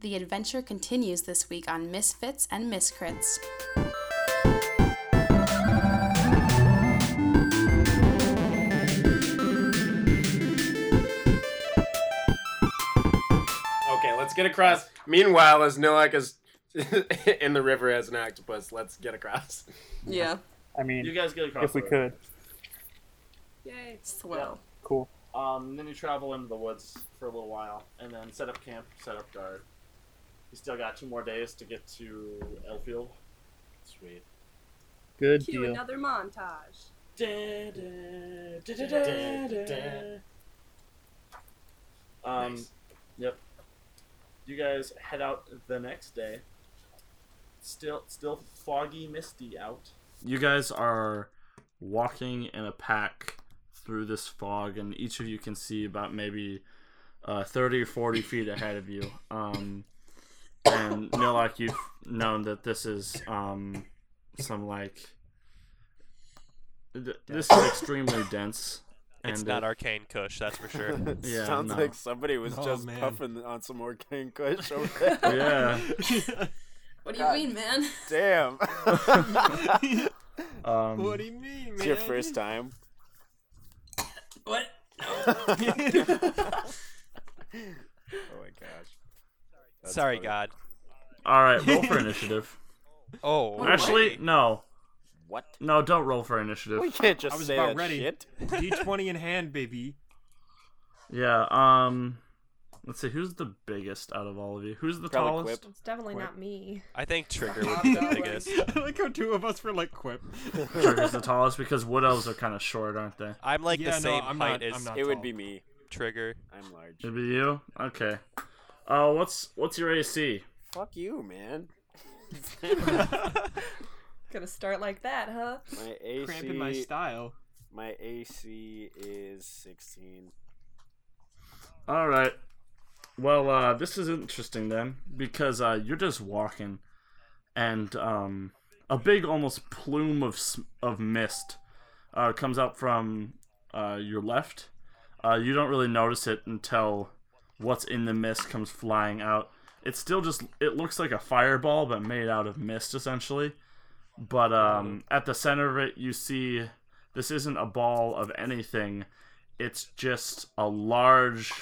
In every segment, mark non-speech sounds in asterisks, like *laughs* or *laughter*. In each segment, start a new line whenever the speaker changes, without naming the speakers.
The adventure continues this week on Misfits and Miscrits.
Okay, let's get across.
Meanwhile, as Nilak is *laughs* in the river as an octopus, let's get across.
Yeah.
I
You
mean,
guys get across.
if we
the
could,
river.
Yay. Swell.
cool.
Um, then you travel into the woods for a little while, and then set up camp, set up guard. You still got two more days to get to Elfield. Sweet.
Good
Cue
deal.
another montage.
Um,
Nice.
yep. You guys head out the next day. Still, still foggy, misty out. You guys are walking in a pack through this fog, and each of you can see about maybe uh, 30 or 40 feet ahead of you. Um, and Nilak, you've known that this is um, some like. th- This is extremely dense.
uh,
It's
and
not
it-
arcane Kush, that's
*laughs*
for sure.
Yeah,
Sounds
no.
like somebody was
Oh,
just
man.
puffing on some more King Kush over there.
Yeah.
What
God.
mean,
*laughs*
man?
Damn.
Um,
what do you mean, man?
it's your first time.
What?
*laughs* Oh my gosh. That's
Sorry,
funny.
God.
All right, roll for initiative.
Oh,
Actually, no,
What?
no, don't roll for initiative.
We can't just
I was
say that
about ready. *laughs*
shit.
D20 in hand, baby.
Yeah. Um, let's see. Who's the biggest out of all of you? Who's the
Probably
tallest?
It's definitely
Wait.
not me.
I think Trigger would
*laughs*
be the
Probably.
biggest.
*laughs* I like how two of us were like quip.
Trigger's the tallest because wood elves are kind of short, aren't they?
I'm like
Yeah,
the
no,
same
I'm
height
not-
as
I'm not
It would
tall.
be me.
*laughs*
Trigger.
I'm large.
It'd be you. Okay. Uh, what's what's your AC?
Fuck you, man.
Gonna start like that, huh?
My AC
cramping my style.
my AC is 16.
All right. Well, uh, this is interesting then because uh, you're just walking, and um, a big almost plume of s- of mist uh, comes out from uh, your left. Uh, you don't really notice it until what's in the mist comes flying out. It's still just it looks like a fireball, but made out of mist essentially. But um, at the center of it, you see this isn't a ball of anything it's just a large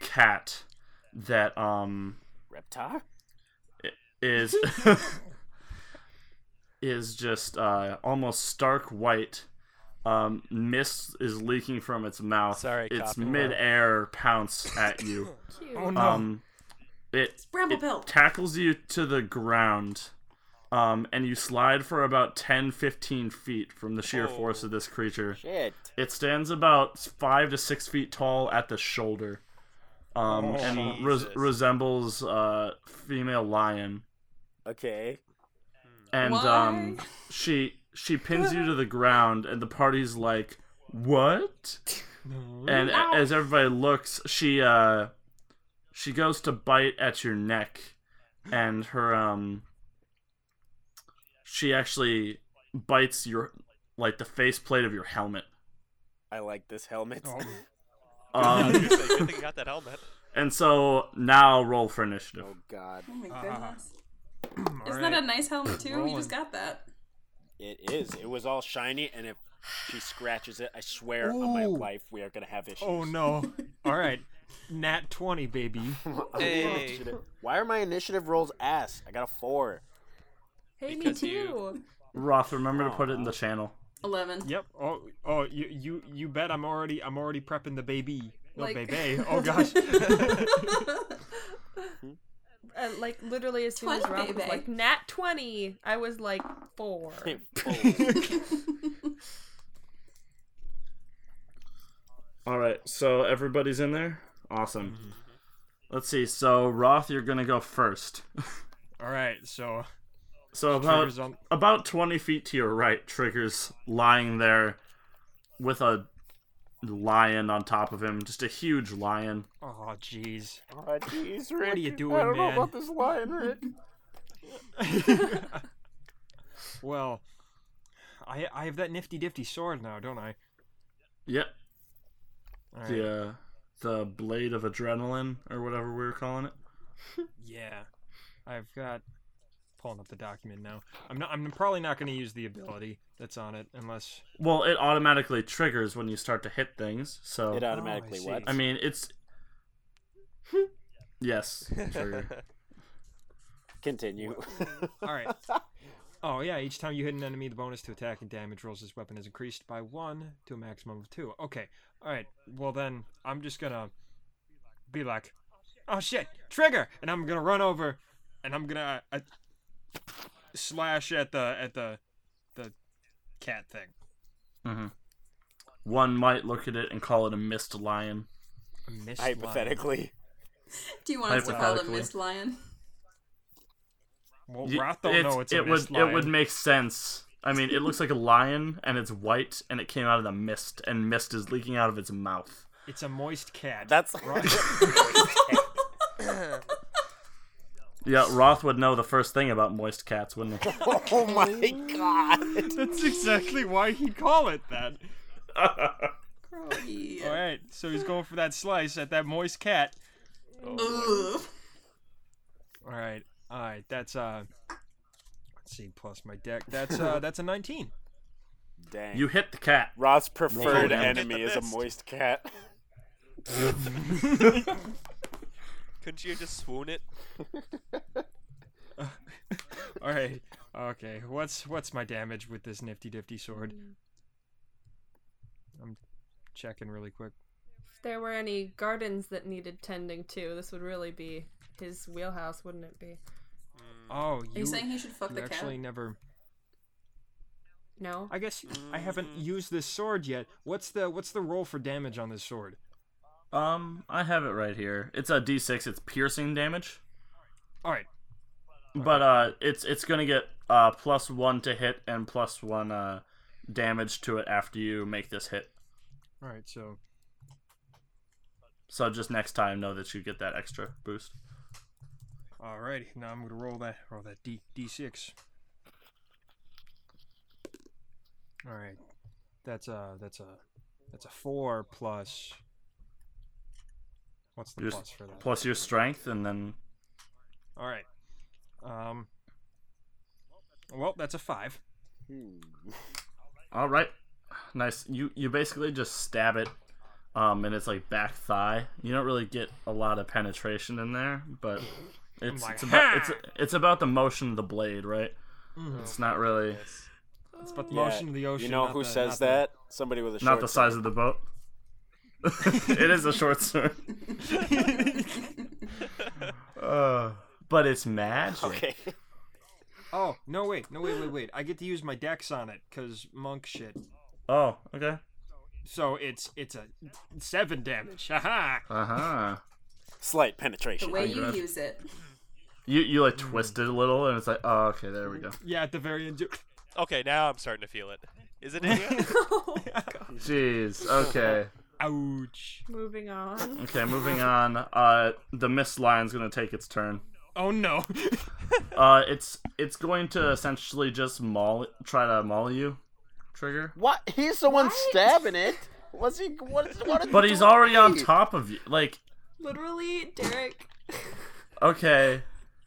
cat that um
Reptar?
is is just uh almost stark white um mist is leaking from its mouth
Sorry,
it's
copy.
midair pounce at you
Cute.
Oh no.
um it
Bramble
it
Pelt.
tackles you to the ground um and you slide for about 10 15 feet from the sheer force
Oh.
of this creature
Shit.
It stands about five to six feet tall at the shoulder, um,
Oh,
and res-
Jesus.
resembles uh, female lion.
Okay.
And
Why?
um, she she pins you to the ground, and the party's like, "What?"
No.
And a- as everybody looks, she uh, she goes to bite at your neck, and her um, she actually bites your like the faceplate of your helmet.
I like this helmet.
*laughs* Oh.
I was
Um,
gonna *laughs* say, good thing you got that helmet.
*laughs*
And so now roll for initiative.
Oh god.
Oh my
Uh,
goodness.
All
Isn't
right.
that a nice helmet too? You
Rolling.
just got that.
It is. It was all shiny and if she scratches it, I swear on my
Ooh.
life we are gonna have issues. *laughs*
Oh no. All right. Nat
*laughs*
20, baby.
Hey.
Initiative- Why are my initiative rolls ass? I got a four.
Hey, me
Because
too.
you-
Roth, remember to put it in the channel.
Eleven.
Yep. Oh, oh, you, you, you bet. I'm already, I'm already prepping the baby. No,
Like-
*laughs*
baby. Oh gosh.
Uh, like literally, as soon as
20,
Rob was
baby.
like nat twenty, I was like
*laughs*
four.
*laughs*
All right, so everybody's in there. Awesome.
Mm-hmm.
Let's see. So Roth, you're gonna go first. *laughs*
All right. So
So about
triggers on.
about 20 feet to your right, Trigger's lying there with a lion on top of him, just a huge lion.
Oh jeez.
Oh, jeez, Rick.
you doing,
I don't
man? *laughs*
know about this lion, Rick.
well, I I have that nifty difty sword now, don't I?
Yep,
All right.
the uh, the blade of adrenaline or whatever we were calling it.
Yeah, I've got pulling up the document now. I'm not. I'm probably not going to use the ability that's on it unless.
Well, it automatically triggers when you start to hit things. So
Oh,
It automatically
see.
what?
I mean, it's
*laughs*
yes, trigger.
*laughs*
*laughs*
Continue.
All right. Oh yeah, each time you hit an enemy, the bonus to attack and damage rolls this weapon is increased by one to a maximum of two. Okay. All right. Well then, I'm just gonna be like, oh shit, trigger, and I'm gonna run over, and I'm gonna uh, slash at the at the the cat thing.
One might look at it and call it a missed lion.
A mist line.
Hypothetically.
Do you want us to call it a
Hypothetically.
mist lion?
Well,
Y-
Roth don't
it's-
know it's a
it would
mist
it would
lion.
make sense. I mean, it looks like a lion and it's white and it came out of the mist and mist is leaking out of its mouth.
It's a moist cat.
That's
Yeah, Roth would know the first thing about moist cats, wouldn't he?
Oh my god.
That's exactly why he'd call it that.
*laughs*
Yeah.
All right, so he's going for that slice at that moist cat.
Ugh.
All right, all right. That's uh, let's see. Plus my deck. That's uh, that's a 19.
Dang.
you hit the cat.
Roth's preferred
Roll down.
enemy is a moist cat.
Couldn't you just swoon it?
All right, okay. What's what's my damage with this nifty difty sword? I'm checking really quick.
If there were any gardens that needed tending to, this would really be his wheelhouse, wouldn't it be?
Oh,
Are
you,
you saying he should fuck
you
the
actually
cat?
never.
No?
I guess I haven't used this sword yet. What's the what's the roll for damage on this sword?
Um, I have it right here. It's a D6. It's piercing damage,
All right,
but uh, it's it's gonna get uh plus one to hit and plus one uh damage to it after you make this hit.
all right. So
So just next time, know that you get that extra boost.
All right, now I'm gonna roll that roll that d d six. All right, that's a that's a that's a four plus. What's the
Just
plus for that?
Plus your strength, and then
All right, um, well that's a five.
all right, nice. You you basically just stab it, um, and it's like back thigh. You don't really get a lot of penetration in there, but it's
like,
it's about
"Ha!"
it's it's about the motion of the blade, right? It's not really
It's about the
Yeah,
motion of the ocean.
You know
not
who
the-
says
not the-
that? Somebody with a
not
short
the size of the boat. *laughs* it is a short sword. *laughs* uh, but it's magic.
*laughs*
Okay.
Oh no! Wait, no wait, wait, wait! I get to use my dex on it because monk shit.
Oh, okay.
So it's it's a seven damage. *laughs* Haha!
Uh huh.
Slight
The
penetration.
way you
Congrats.
use it.
You you like twist it a little, and it's like, oh, okay, there we go.
Yeah, at the very end.
Okay, now I'm starting to feel it. Is it in here?
*laughs*
Jeez. Okay.
Ouch!
Moving on. *laughs*
Okay. Moving on. Uh, the mist lion's gonna take its turn.
Oh *laughs* no!
Uh, it's it's going to essentially just maul, try to maul you, trigger.
What? He's the one stabbing it. Was he? What? is- what is-
But he's already on top of you. Like,
Literally, Derek *laughs*
okay,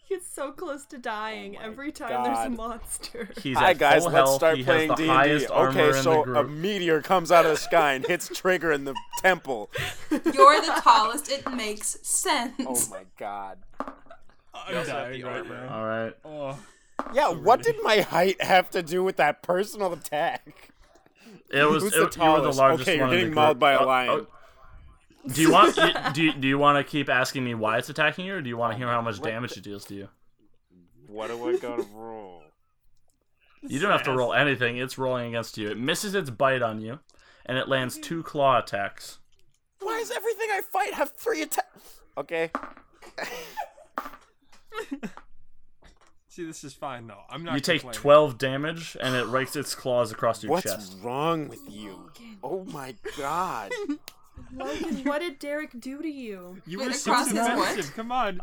gets so close to dying every time
Oh God.
there's a monster.
*laughs*
he's
Hi
at
guys,
full
let's
health.
start
he
playing
has the
D&D.
highest armor
okay,
in
so um,
the
a
group.
meteor comes out of the sky and hits Trigger in the temple.
You're
*laughs*
the tallest. It makes sense.
*laughs* Oh my god.
You also have
dying
the
right
armor.
now.
All right.
Oh,
Yeah, what did my height have to do with that personal attack?
It was
Who's
it,
the
you were the
tallest?
largest
Okay, you're
one. in the
getting mauled
group.
by a
Oh,
lion.
oh. Do you want *laughs* you- do you, do you want to keep asking me why it's attacking you, or do you want to hear how much damage it deals to you?
What do I gotta roll?
You don't have to roll anything. It's rolling against you. It misses its bite on you, and it lands two claw attacks.
Why does everything I fight have three attacks? Okay.
see, this is fine though. I'm not.
you take
complaining.
twelve damage, and it rakes its claws across your
What's
chest.
wrong with you? Oh my god.
Logan, what did Derek do to you?
You
Wait,
were
the
so
cross is what?
defensive. Come on.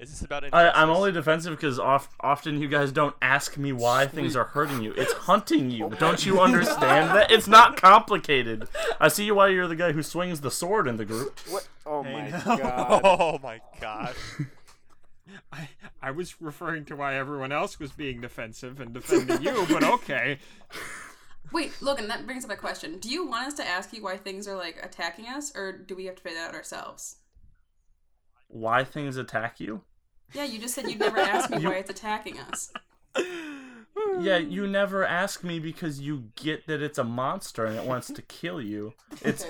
Is this about
I,
injustice?
I'm only defensive because oft, often you guys don't ask me why things are hurting you. It's hunting you. Don't you understand that? It's not complicated. I see why you're the guy who swings the sword in the group. *laughs*
What? Oh my
no.
god.
Oh my gosh.
I, I was referring to why everyone else was being defensive and defending you, but okay.
Wait, Logan, that brings up a question. Do you want us to ask you why things are like attacking us, or do we have to figure that out ourselves?
Why things attack you?
Yeah, you just said you'd never ask
*laughs*
me why it's attacking us.
Yeah, you never ask me because you get that it's a monster and it wants to kill you. It's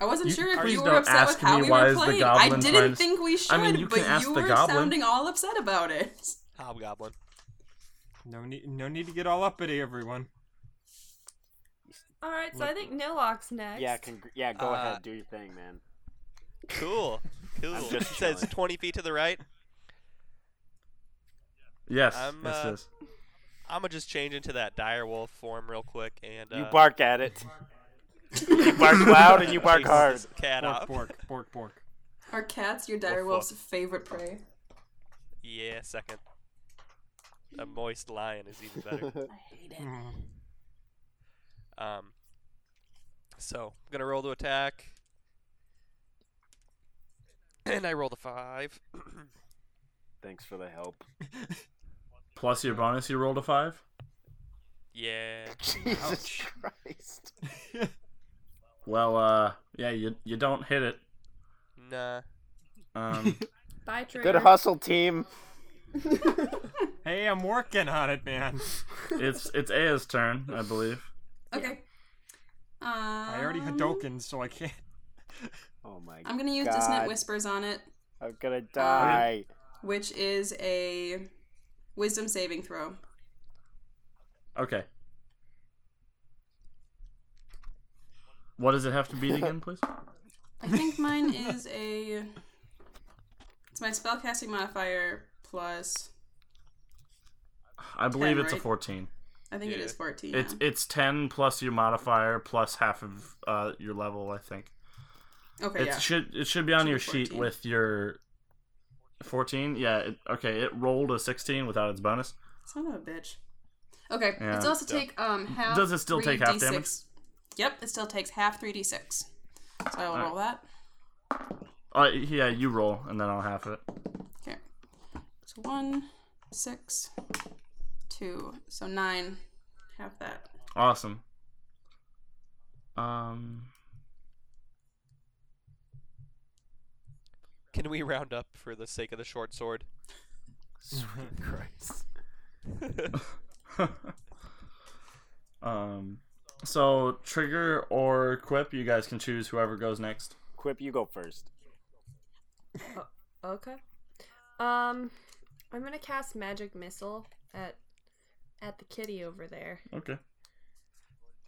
I wasn't
You-
sure if
please
you were
don't
upset with
ask
how
me
we
why
were
is the
playing. I
goblin
didn't
trying to-
think we should,
I mean, you
but
can ask
you
the
were
goblin.
sounding all upset about it. *laughs*
Hobgoblin.
No need, no need to get all uppity, everyone.
All right, so I think Nilok's next.
Yeah, congr- yeah. Go
Uh,
ahead, do your thing, man.
Cool. Cool.
I'm
It
just
says
chilling.
20 feet to the right.
yes,
I'm,
yes,
uh,
yes.
I'm going to just change into that dire wolf form real quick. and uh,
You bark at it. you bark loud and you bark
chase
hard.
this Cat
Bork,
up.
bork, bork, bork.
Are cats your
Woof,
direwolf's
woof.
favorite prey?
Yeah, second. A moist lion is even better.
I hate it.
Um, so I'm gonna roll to attack, and I rolled a five.
Thanks for the help.
Plus your bonus, you rolled a five.
Yeah,
Jesus Christ.
Well, uh, yeah, you you don't hit it.
nah.
*laughs* Um,
Bye, Trigger.
Good hustle, team.
Hey, I'm working on it, man.
it's it's Aya's turn, I believe.
Okay. Um,
I already Hadoken, so I can't.
Oh my god.
I'm gonna use dissonant whispers on it,
I'm gonna die.
which is a wisdom saving throw.
Okay. What does it have to beat again, please?
I think
*laughs*
mine is a. It's my spellcasting modifier plus.
I believe
Ten,
it's a
right?
fourteen.
I think it
Yeah.
is fourteen.
It's
now.
it's ten plus your modifier plus half of uh, your level, I think.
okay,
It
Oh, yeah.
should it should be on
Should be
your sheet
14.
with your fourteen. Yeah. It, okay. It rolled a sixteen without its bonus.
Son of a bitch. Okay,
Yeah.
it's also take um half.
Does it still take half
3d6.
damage?
Yep, it still takes half three d six. So I will
Alright.
roll that.
Uh, yeah. You roll, and then I'll half it.
Okay. So one, six, two. So nine. Half that.
Awesome. Um. *laughs*
Can we round up for the sake of the short sword?
Sweet Christ.
um. So trigger or quip, you guys can choose whoever goes next.
Quip, you go first.
Okay. Um, I'm gonna cast magic missile at at the kitty over there.
Okay.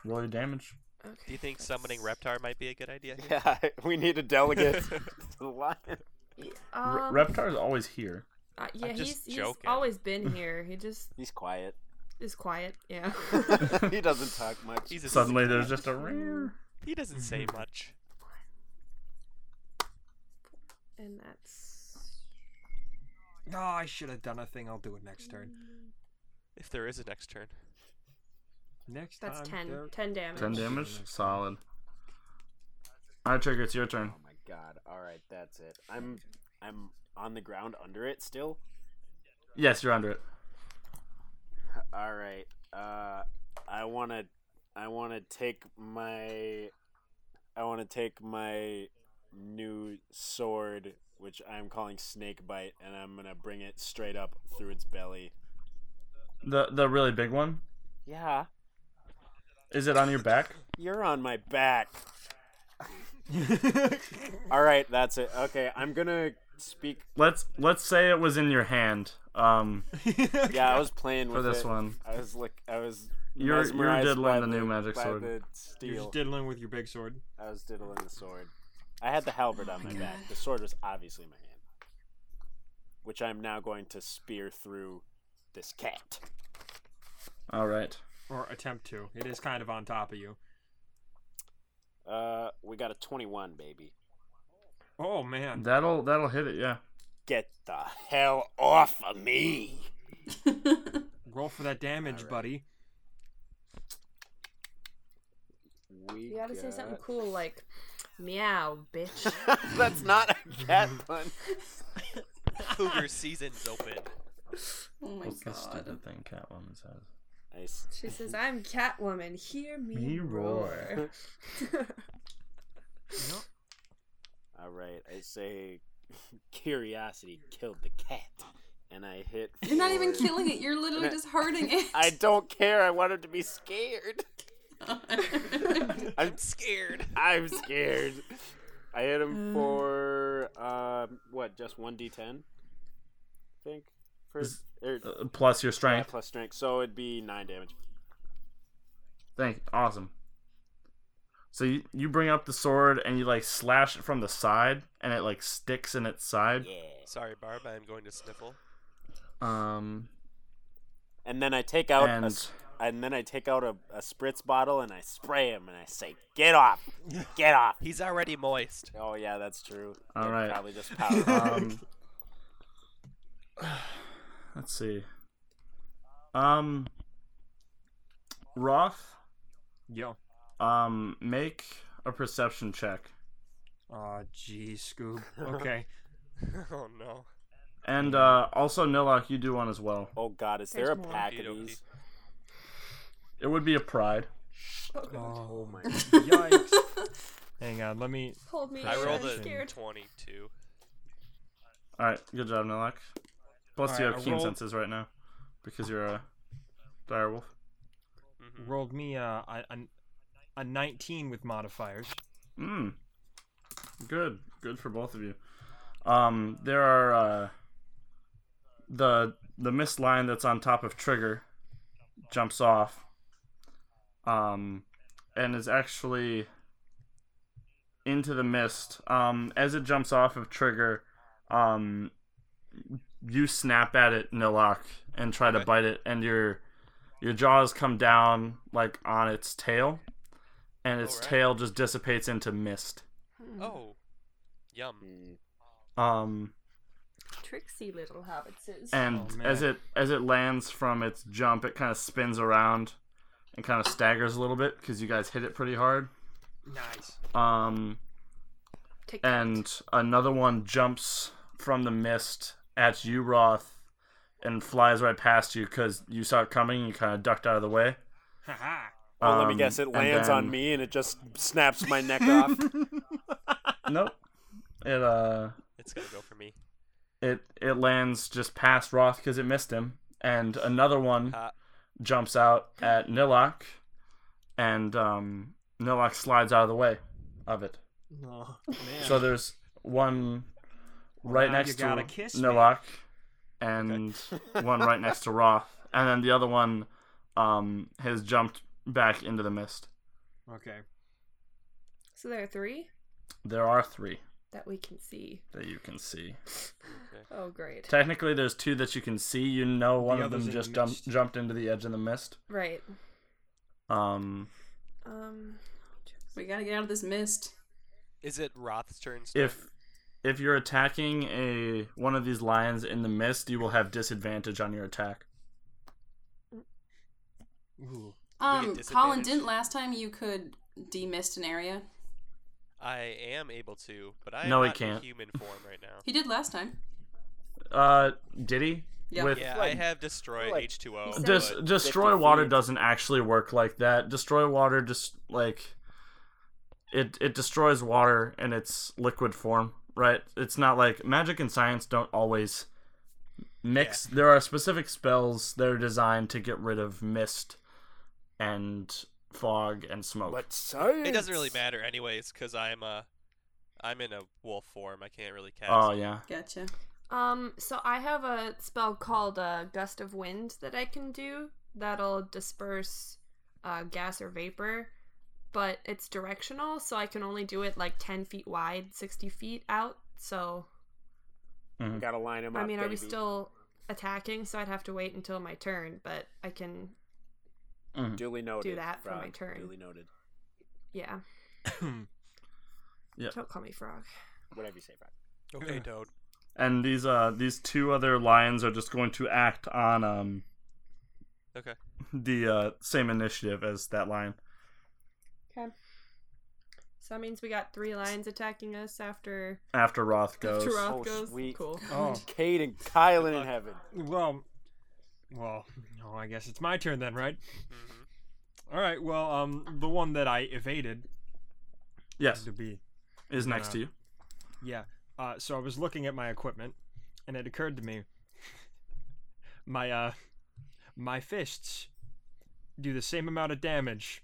Roll your damage.
Okay.
Do you think summoning Reptar might be a good idea? here?
Yeah, *laughs* we need a delegate to *laughs* the lion.
Um,
R- Reptar is always here.
uh, yeah,
I'm
he's
just
he's
joking.
always been here. He just
He's *laughs* quiet.
is quiet. *laughs* Yeah.
he doesn't talk much.
He's a
Suddenly,
six-
there's just a rare.
he doesn't say much.
and that's
No, Oh, I should have done a thing. I'll do it next turn.
If there is a next turn,
Next
that's
time.
ten.
there-
Ten damage.
Ten damage. Solid. All right, trigger. It's your turn.
Oh my god. All right, that's it. I'm I'm on the ground under it still.
Yes, you're under it.
All right. Uh I want to I want to take my I want to take my new sword which I'm calling Snake Bite and I'm going to bring it straight up through its belly.
The the really big one.
Yeah.
Is it on your back?
You're on my back.
*laughs*
All right, that's it. Okay, I'm going to speak
Let's let's say it was in your hand. Um,
Yeah, I was playing with
for this
it.
one.
I was like, I was.
You're- you're
mesmerized
diddling
by
the new magic
by
sword.
The
You're
steel.
just diddling with your big sword.
I was diddling the sword. I had the halberd on my back. The sword was obviously in my hand, which I'm now going to spear through this cat.
All right.
Or attempt to. It is kind of on top of you.
Uh, we got a 21, baby.
Oh, man.
That'll that'll hit it. Yeah.
Get the hell off of me!
Roll for that damage, buddy.
We
You gotta say something
got-
cool like,
*laughs*
"Meow, bitch."
That's not a cat pun.
cougar season's open.
Oh my
What's the
god.
stupid thing Catwoman says?
I s-
She says, "I'm Catwoman. Hear me,
Me
roar."
roar.
*laughs*
You know,
All right, I say curiosity killed the cat, and I hit.
You're not even
*laughs*
for-
killing it. You're literally just hurting it.
I don't care. I want him to be scared. I'm
I'm scared.
I'm scared. I hit
Uh.
him for um what? Just one d10. I think for
Is-
er,
Uh, plus your
yeah,
strength.
plus strength, so it'd be nine damage.
Thank awesome. So you, you bring up the sword and you like slash it from the side and it like sticks in its side.
Yeah.
Sorry, Barb. I am going to sniffle.
Um
*laughs* And then I take out
And-
a, s- and then I take out a, a spritz bottle and I spray him and I say, "Get
*laughs*
off, get off."
He's already moist. *laughs*
Oh yeah, that's true.
All
It
right.
Probably just powder.
*laughs* um Let's see. Um Roth,
yo.
um make a perception check.
Aw, geez, Scoob. Okay.
Oh no.
And uh also Nilok, you do one as well.
oh god, is there a
There's more.
pack of
Okey-dokey.
these?
It would be a pride.
Oh my.
Yikes. Hang
Hang on, let me.
Hold me.
I
in,
rolled
I'm
a
scared.
22.
All right, good job, Nilok. Plus
All
you
right,
have
I
keen
rolled-
senses right now because you're a direwolf.
Mm-hmm.
Rolled me uh, a, a, a 19 with modifiers.
Mm. Good. Good for both of you. Um, there are uh, the the mist line that's on top of Trigger jumps off. Um, and is actually into the mist. Um, as it jumps off of Trigger, um, you snap at it, Nilok, and try to
Okay.
bite it, and your your jaws come down like on its tail, and its
Alright.
tail just dissipates into mist.
Oh, yum.
Hmm. Um,
Tricksy little hobbitses.
and
Oh, man.
as it as it lands from its jump, it kind of spins around and kind of staggers a little bit because you guys hit it pretty hard.
Nice.
Um,
Take that.
and another one jumps from the mist at you, Roth, and flies right past you because you saw it coming. You kind of ducked out of the way.
Haha.
Oh, let me
Um,
guess. It
and
lands on
then-
me and it just snaps my
*laughs*
neck off.
Nope. It uh,
It's gonna go for me.
it it lands just past Roth because it missed him, and another one
Uh,
Ha.
jumps out at Nilok, and um, Nilok slides out of the way of it.
No. Man.
So there's one right
now
next
you
to
gotta kiss me.
Nilok,
*laughs*
and one right next to Roth, and then the other one um, has jumped back into the mist.
Okay.
so there are three
There are three
that we can see.
that you can see.
Oh, great.
Technically, there's two that you can see. You know, one of
other's
them
in the
just jump,
mist.
jumped into the edge of the mist.
Right.
Um,
Um.
*laughs* we gotta get out of this mist.
Is it Roth's turn? still?
if if you're attacking a one of these lions in the mist, you will have disadvantage on your attack.
Ooh.
We
Um,
get
Colin,
disadvantage.
didn't last time you could demist an area?
I am able to, but I am
No, he
not in
can't.
human form right now.
He did last time.
Uh, did he?
Yeah.
*laughs* With
yeah, I
like-
have destroyed
like-
H2O.
Des-
Like
destroy
50
water
feet.
doesn't actually work like that. Destroy water just like it it destroys water in its liquid form, right? It's not like magic and science don't always mix. There are specific spells that are designed to get rid of mist and fog and smoke.
But science.
but it doesn't really matter anyways, because I'm a, I'm in a wolf form. I can't really cast.
oh yeah.
Gotcha.
Um. So I have a spell called uh, Gust of Wind that I can do that'll disperse uh, gas or vapor, but it's directional, so I can only do it like ten feet wide, sixty feet out. So
Gotta line him up.
I mean, are we
baby.
still attacking? So I'd have to wait until my turn, but I can.
duly noted?
that for
Frog.
my turn.
Duly noted.
Yeah.
Yeah.
Don't call me frog.
Whatever you say, Frog.
Okay, Toad.
And these uh these two other lions are just going to act on um
Okay.
the uh same initiative as that lion.
Okay. So that means we got three lions attacking us after
After Roth goes.
after Roth
Oh,
goes.
sweet.
Cool.
Oh,
Cade and Kylan in heaven.
well, well, no, I guess it's my turn then, right?
Mhm.
All right. Well, um, the one that I evaded
Yes,
to be
is next to you.
Yeah. Uh, so I was looking at my equipment, and it occurred to me, my uh, my fists do the same amount of damage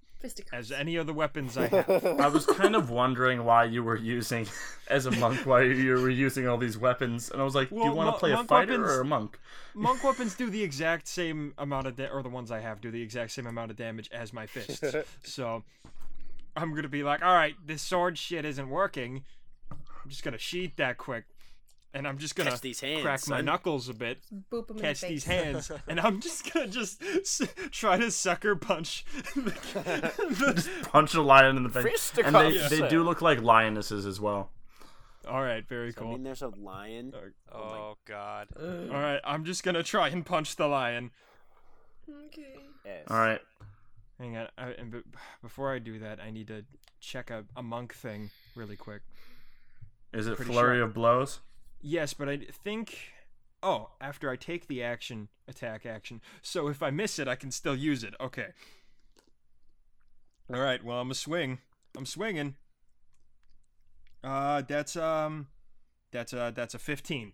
as any other weapons I have.
I was kind of wondering why you were using, as a monk, why you were using all these weapons, and I was like, do
Well,
you want
mon-
to play a
monk
fighter
weapons-
or a monk?
Monk weapons do the exact same amount of da- or the ones I have do the exact same amount of damage as my fists. so I'm gonna be like, all right, this sword shit isn't working. I'm just gonna sheath that quick, and I'm just gonna
Catch these hands,
crack my
son.
knuckles a bit.
Boop him in the
catch these
face. *laughs*
hands, and I'm just gonna just s- try to sucker punch. *laughs* the, the- *laughs*
Punch a lion in the face, and they,
Fisticuffs.
they do look like lionesses as well.
All right, very
I mean,
cool.
there's a lion.
Oh God.
Uh.
All right, I'm just gonna try and punch the lion.
Okay.
Yes.
All right,
Hang on, I, and b- before I do that, I need to check a, a monk thing really quick.
is it
Pretty
flurry
sure.
of blows?
Yes, but I d- think. Oh, after I take the action, attack action. So if I miss it, I can still use it. Okay. All right. Well, I'm a swing. I'm swinging. Uh, that's um, that's a that's a 15.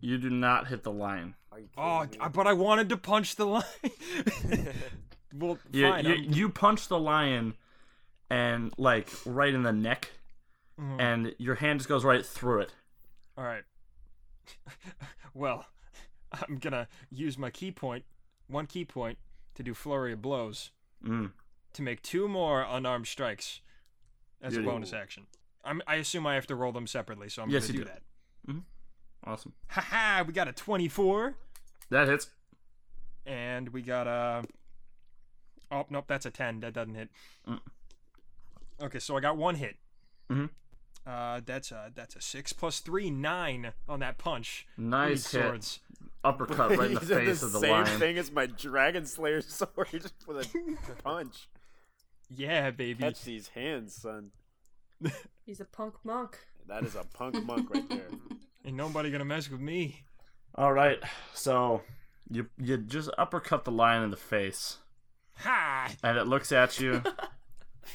You do not hit the lion.
Are you
Oh,
kidding
I-
me?
but I wanted to punch the line. *laughs* well,
You,
fine.
you,
I'm-
you punch the lion, and like right in the neck,
Mhm.
and your hand just goes right through it.
All right. *laughs* well, I'm gonna use my key point, one key point, to do flurry of blows.
Mm.
to make two more unarmed strikes as a
Beauty.
bonus action. I'm, I assume I have to roll them separately, so I'm
Yes,
going to
you
do,
do.
that.
Awesome.
Haha, we got a 24,
That hits.
and we got a. Oh, nope, that's a 10. That doesn't hit.
Mm.
Okay, so I got one hit.
Mhm.
Uh, that's a that's a six plus three nine on that punch. Three
Nice hit.
swords.
Uppercut *laughs* right
*laughs*
in
*laughs*
the
You did
face of the
same
lion.
thing as my dragon slayer *laughs* sword with
*laughs*
a punch.
Yeah, baby.
Catch these hands, son.
He's a punk monk.
That is a
*laughs*
punk monk right there.
Ain't nobody gonna mess with me.
All right, so you you just uppercut the lion in the face,
Ha!
and it looks at
*laughs*
you,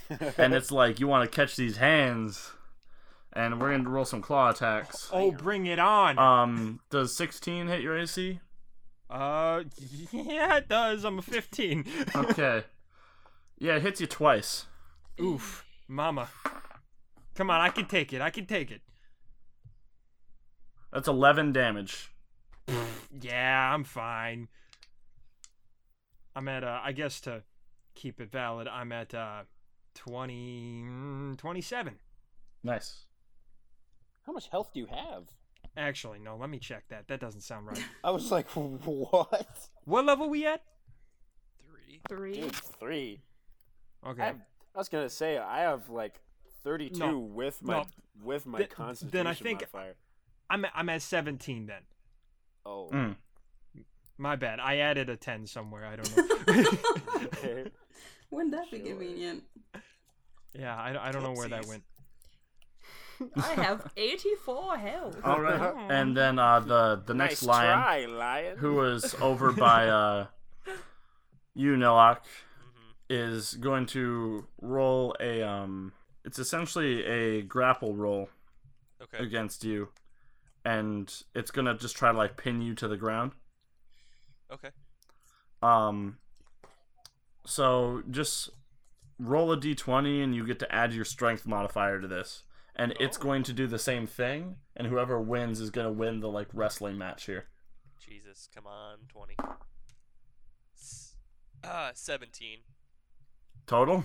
and it's like you want to catch these hands, and we're gonna roll some claw attacks.
Oh, bring it on.
*laughs* Um, does 16 hit your AC?
Uh, *laughs* yeah, it does. I'm a *laughs* 15.
Okay, yeah, it hits you twice.
Oof, mama. Come on, I can take it. I can take it.
That's 11 damage.
Yeah, I'm fine. I'm at uh I guess to keep it valid, I'm at uh 20 mm, 27.
Nice.
How much health do you have?
Actually, no, let me check that. That doesn't sound right.
I was like, *laughs* what?
what level we at?
Three.
Three.
Dude, three.
Okay.
I, have, I was gonna say I have like thirty-two
No.
with my
No.
with my
Th- then I
constitution
think-
modifier.
I'm at, I'm at 17 then.
Oh, *laughs*
Mm.
My bad. I added a 10 somewhere. I don't know.
*laughs*
*laughs*
okay.
Wouldn't that be
Sure.
convenient?
yeah, I, I don't know where that
Oopsies.
went.
*laughs* I have 84 health.
All right,
*laughs*
and then uh, the the next
nice
lion,
try, lion.
who was
*laughs*
over by uh, you, Nilok,
Mhm.
is going to roll a um it's essentially a grapple roll
Okay.
against you and it's going to just try to like pin you to the ground
Okay.
um so just roll a d20 and you get to add your strength modifier to this and it's
Oh.
going to do the same thing and whoever wins is going to win the like wrestling match here
Jesus, come on, twenty. S- uh, seventeen.
total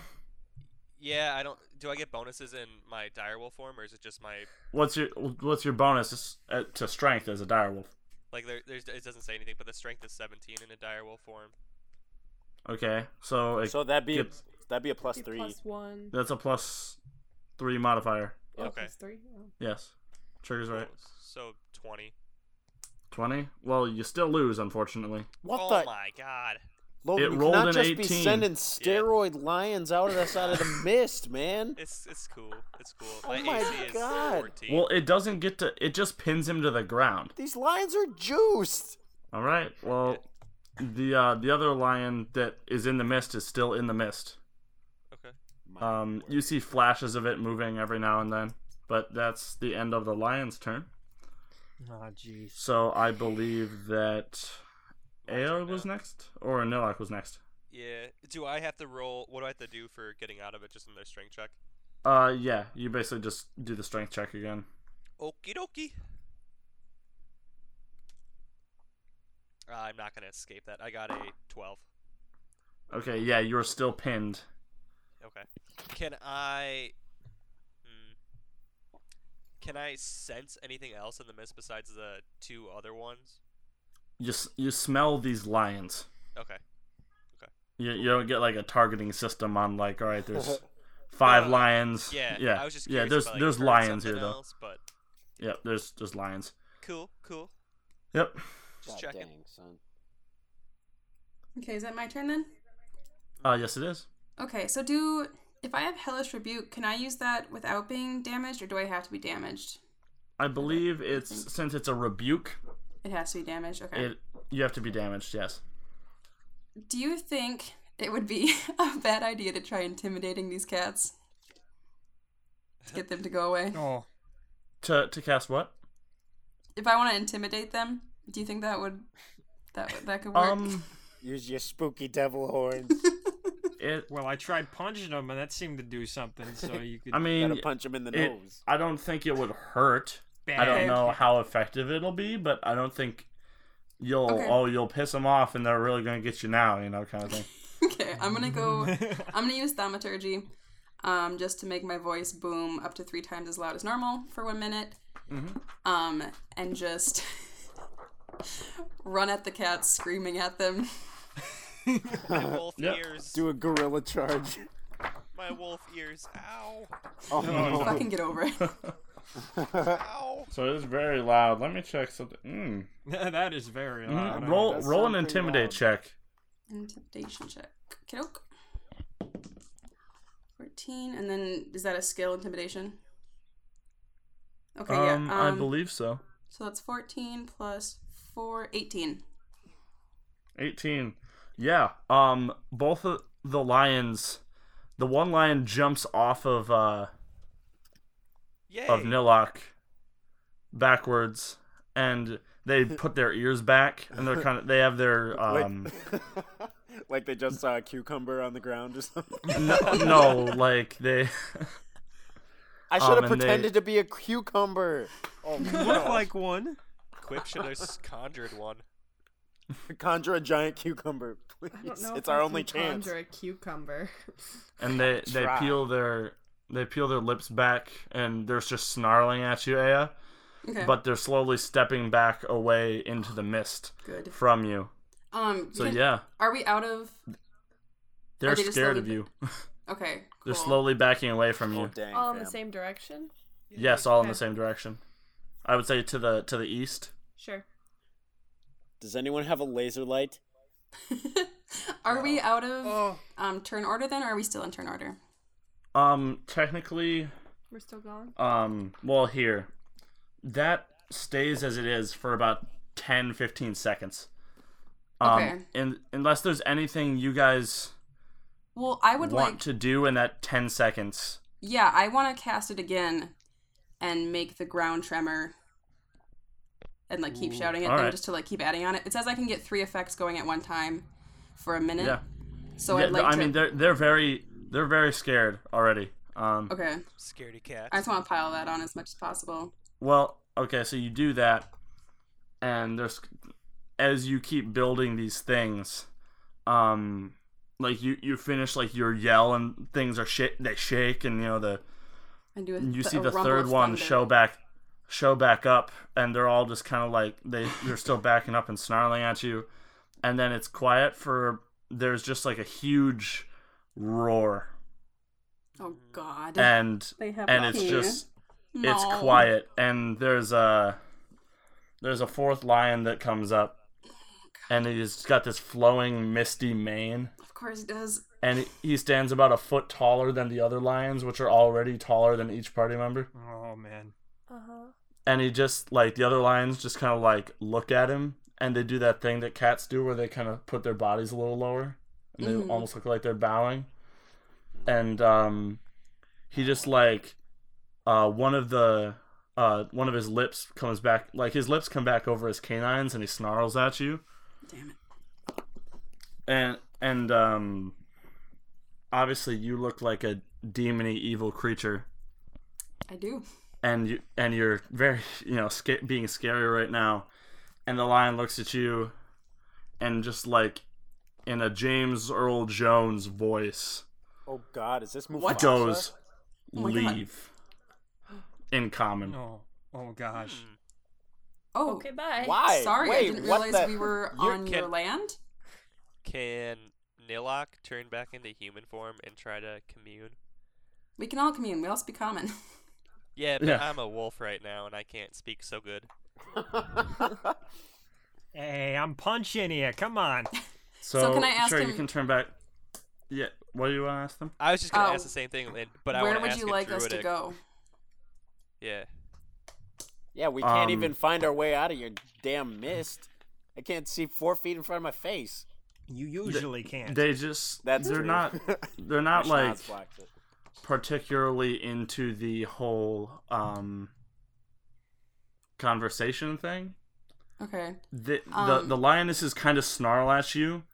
Yeah, I don't. Do I get bonuses in my direwolf form, or is it just my
what's your what's your bonus uh, to strength as a direwolf
like? There, there's it doesn't say anything, but the strength is seventeen in a direwolf form.
okay so, it,
so that'd be a,
gets-
that'd be a plus three.
Plus one.
that's a plus 3 modifier
Oh,
Okay.
plus three. Oh.
Yes. Trigger's right.
Cool, So twenty.
20? Well, you still lose, unfortunately.
What
oh
the?
my god.
Logan,
It
you
rolled
cannot
an
just be
18.
sending steroid lions out of us out of *laughs* the mist, man.
It's it's cool. It's cool.
Oh
My,
my
AC is
God.
14.
Well, it doesn't get to. It just pins him to the ground.
These lions are juiced.
All right. Well, the uh, the other lion that is in the mist is still in the mist.
okay.
Um,
*laughs*
you see flashes of it moving every now and then, but that's the end of the lion's turn.
Ah, jeez.
So I believe that
My turn
Aor was
now.
next, or Nilak was next.
Yeah. Do I have to roll? What do I have to do for getting out of it? Just another strength check.
Uh, yeah. You basically just do the strength check again.
Okie dokie. Uh, I'm not gonna escape that. I got a 12.
Okay. Yeah, you're still pinned.
Okay. Can I? Hmm. Can I sense anything else in the mist besides the two other ones?
You s- you smell these lions.
Okay.
You, you don't get like a targeting system on like all right, there's
*laughs*
five
Uh,
lions.
Yeah.
yeah,
I was just curious
yeah.
if
There's
I, like,
there's
heard
lions here
something
though.
Else, but
Yep, there's there's lions.
cool, cool.
Yep.
Just
God
checking.
dang, son.
Okay, is that my turn then?
Uh, yes, it is.
Okay, so do if I have Hellish Rebuke, can I use that without being damaged, or do I have to be damaged?
I believe
think-
it's since it's a rebuke,
It has to be damaged. Okay.
it you have to be damaged. Yes.
Do you think it would be *laughs* a bad idea to try intimidating these cats to get them to go away?
Oh,
To to cast what?
If I want to intimidate them, do you think that would that would- that could work?
*laughs*
Um,
Use your spooky devil
*laughs*
horns.
it.
well, I tried punching him, and that seemed to do something. So you could.
*laughs* I
Gotta
mean,
punch him in the
it,
nose.
I don't think it would hurt. I
Bang.
don't know how effective it'll be, but I don't think you'll
Okay.
oh you'll piss them off and they're really gonna get you now, you know, kind of thing.
okay, I'm gonna
*laughs*
go. I'm gonna use thaumaturgy, um, just to make my voice boom up to three times as loud as normal for one minute,
Mm-hmm.
um, and just *laughs* run at the cats, screaming at
*laughs*
them.
*laughs*
My wolf
Yep.
ears.
Do a gorilla charge.
*laughs*
My wolf ears. Ow.
Oh,
Fucking get over
*laughs*
it.
Ow.
*laughs* So it is very loud. Let me check something. Mm.
*laughs* that is very loud.
Mm, roll
That's
roll an
something loud.
intimidate check.
Intimidation check. Kidoke. 14, and then is that a skill intimidation? Okay,
Um,
yeah. Um,
I believe so.
So that's 14 plus 4, 18.
18. Yeah. Um both of the lions the one lion jumps off of uh
Yay.
of Nilok backwards and
*laughs*
they put their ears back and they're kind of they have their
Wait.
um
*laughs* like they just saw a cucumber on the ground or something.
*laughs* no, no like they *laughs*
I should have
Um, and they-
pretended to be a cucumber. Oh,
Look
no.
like one.
Quip should have s- conjured one.
Conjure a giant cucumber, *laughs* please. It's our only chance.
Conjure a cucumber.
and they they
Try.
peel their they peel their lips back and they're just snarling at you, Aya,
Okay.
but they're slowly stepping back away into the mist
good.
from you.
Um
So
can-
yeah,
are we out of
they're
Are they just
scared
slowly
of you.
Okay, cool.
They're slowly backing away from you.
*laughs* Oh, dang,
Oh,
All in the same direction?
Yes, all in the
Okay.
same direction. I would say to the to the east.
Sure.
Does anyone have a laser light?
*laughs* Are we out
Oh.
of um turn order then or are we still in turn order?
Um, technically,
We're still going?
um, well here, that stays as it is for about 10, 15 seconds. Um,
Okay.
And unless there's anything you guys
Well, I would
want
like
to do in that ten seconds,
Yeah, I want to cast it again and make the ground tremor and like keep shouting at
all
them
right.
just to like keep adding on it. It says I can get three effects going at one time for a minute.
yeah.
So
yeah,
I'd like
I
to
mean, they're they're very they're very scared already. Um,
Okay.
Scaredy cat. Hmm.
I just want to pile that on as much as possible.
Well, okay, so you do that, and there's as you keep building these things, um, like you you finish like your yell and things are shit they shake and you know the
And do a,
you
th-
see
a
the
rumble
third
of
one
thunder.
show back show back up and they're all just kind of like they they're still backing up and snarling at you, and then it's quiet for there's just like a huge roar
Oh god.
and
They have
and it's
teeth.
just
*laughs* No.
it's quiet and there's a there's a fourth lion that comes up and he's got this flowing misty mane
Of course he does.
and he stands about a foot taller than the other lions which are already taller than each party member
Oh man.
Uh-huh.
and he just like the other lions just kind of like look at him and they do that thing that cats do where they kind of put their bodies a little lower and they
Mhm.
almost look like they're bowing and um he just like uh one of the uh one of his lips comes back like his lips come back over his canines and he snarls at you
Damn it.
and and um obviously you look like a demony evil creature
I do.
and you and you're very you know sca- being scary right now and the lion looks at you and just like in a James Earl Jones voice
Oh God, is this Mufasa?
What?
goes
Oh my God.
leave in common
No. Oh gosh.
Hmm.
Oh,
Okay, bye.
Why?
sorry.
Wait,
I didn't
what
realize
the-
we were
You're
on
kid-
your land.
Can Nilok turn back into human form and try to commune?
We can all commune. We all speak common.
Yeah, but
Yeah.
I'm a wolf right now and I can't speak so good.
Hey, I'm punching here. Come on.
so,
can I ask
sure you
him-
can turn back yeah what do you want to ask them
I was just gonna ask
Oh.
the same thing, and- *laughs* but I
Where
want
would
ask
you
a
like us to
druidic-
go?
Yeah,
yeah, we can't
Um,
even find our way out of your damn mist. I can't see four feet in front of my face.
*laughs*
You usually can't.
they just
That's
they're
true.
*laughs*
not they're not
My
like
schnoz blocks it.
particularly into the whole um conversation thing
Okay.
the the,
Um,
the lionesses kind of snarl at you,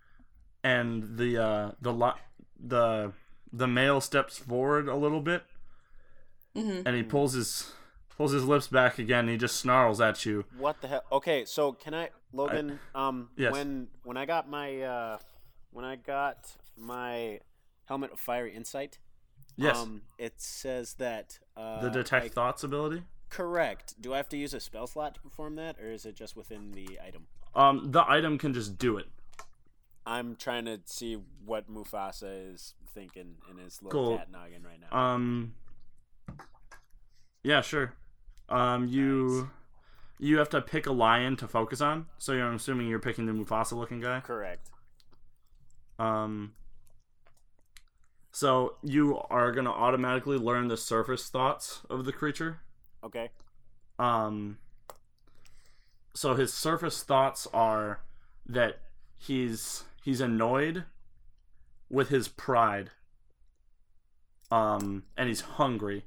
and the uh, the li- the the male steps forward a little bit,
Mm-hmm.
and he pulls his pulls his lips back again. And he just snarls at you.
What the hell? Okay, so can I, Logan? um,
Yes.
when when I got my uh, when I got my helmet of fiery insight,
Yes,
um, it says that uh,
the detect
I-
thoughts ability.
Correct. Do I have to use a spell slot to perform that, or is it just within the item?
Um, the item can just do it.
I'm trying to see what Mufasa is thinking in his little
Cool.
cat noggin right now.
Um, yeah, sure. Um, you you have to pick a lion to focus on. So you're, I'm assuming you're picking the Mufasa looking guy.
Correct.
Um, so you are going to automatically learn the surface thoughts of the creature.
Okay.
Um, so his surface thoughts are that he's he's annoyed with his pride. Um, and he's hungry.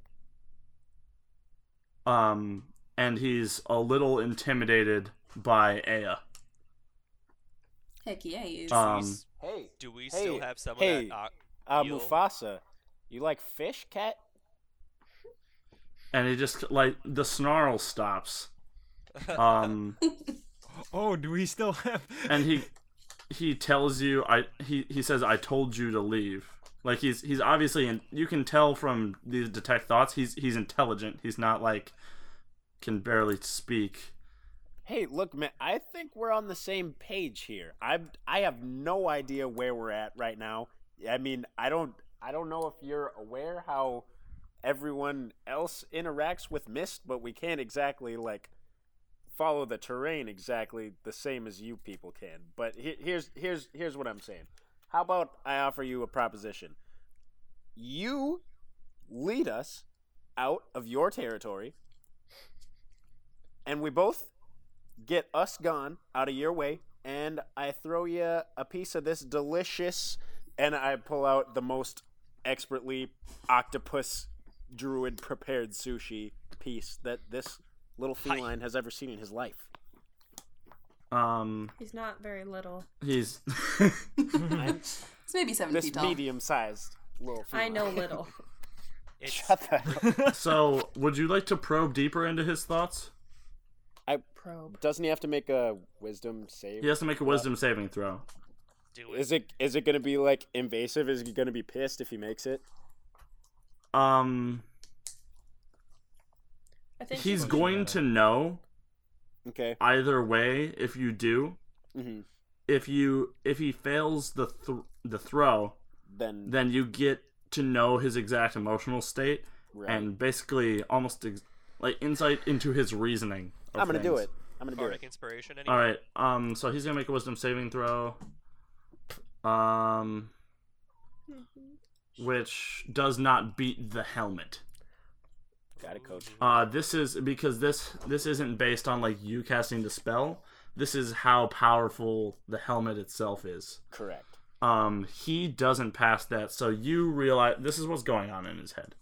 Um, and he's a little intimidated by Aya.
Heck yeah, he is.
Do we
Um,
s-
Hey,
do we
hey,
still have some
hey,
of that? oc-
uh,
Eel.
Mufasa, you like fish, cat?
and he just like the snarl stops. Um.
oh, do we still have
and he he tells you i he he says i told you to leave like he's he's obviously and you can tell from these detect thoughts he's he's intelligent he's not like can barely speak
Hey, look, man, I think we're on the same page here. I I have no idea where we're at right now. I mean, I don't I don't know if you're aware how everyone else interacts with mist, but we can't exactly like follow the terrain exactly the same as you people can. But he- here's here's here's what I'm saying. How about I offer you a proposition? You lead us out of your territory and we both get us gone out of your way, and I throw you a piece of this delicious, and I pull out the most expertly octopus druid prepared sushi piece that this little feline has ever seen in his life.
um
He's not very little.
he's *laughs*
It's maybe seven
This
feet tall.
medium sized little feline.
I know little.
*laughs*
it's,
Shut the hell
*laughs*
up.
so would you like to probe deeper into his thoughts
I,
Probe.
doesn't he have to make a wisdom save?
he has to make a wisdom saving throw
do it.
Is it is it gonna be like invasive? Is he gonna be pissed if he makes it?
um
I think
he's
he-
going to know
Okay.
either way if you do
hmm
if you if he fails the th- the throw
Then,
then you get to know his exact emotional state
Right.
and basically almost ex- like insight into his reasoning. of
I'm gonna do
things.
it.
I'm gonna do
Bardic
it.
Inspiration anyway.
All right. Um. So he's gonna make a wisdom saving throw. Um. Which does not beat the helmet.
Got it, coach.
Uh, this is because this this isn't based on like you casting the spell. This is how powerful the helmet itself is.
Correct.
Um, he doesn't pass that, so you realize this is what's going on in his head.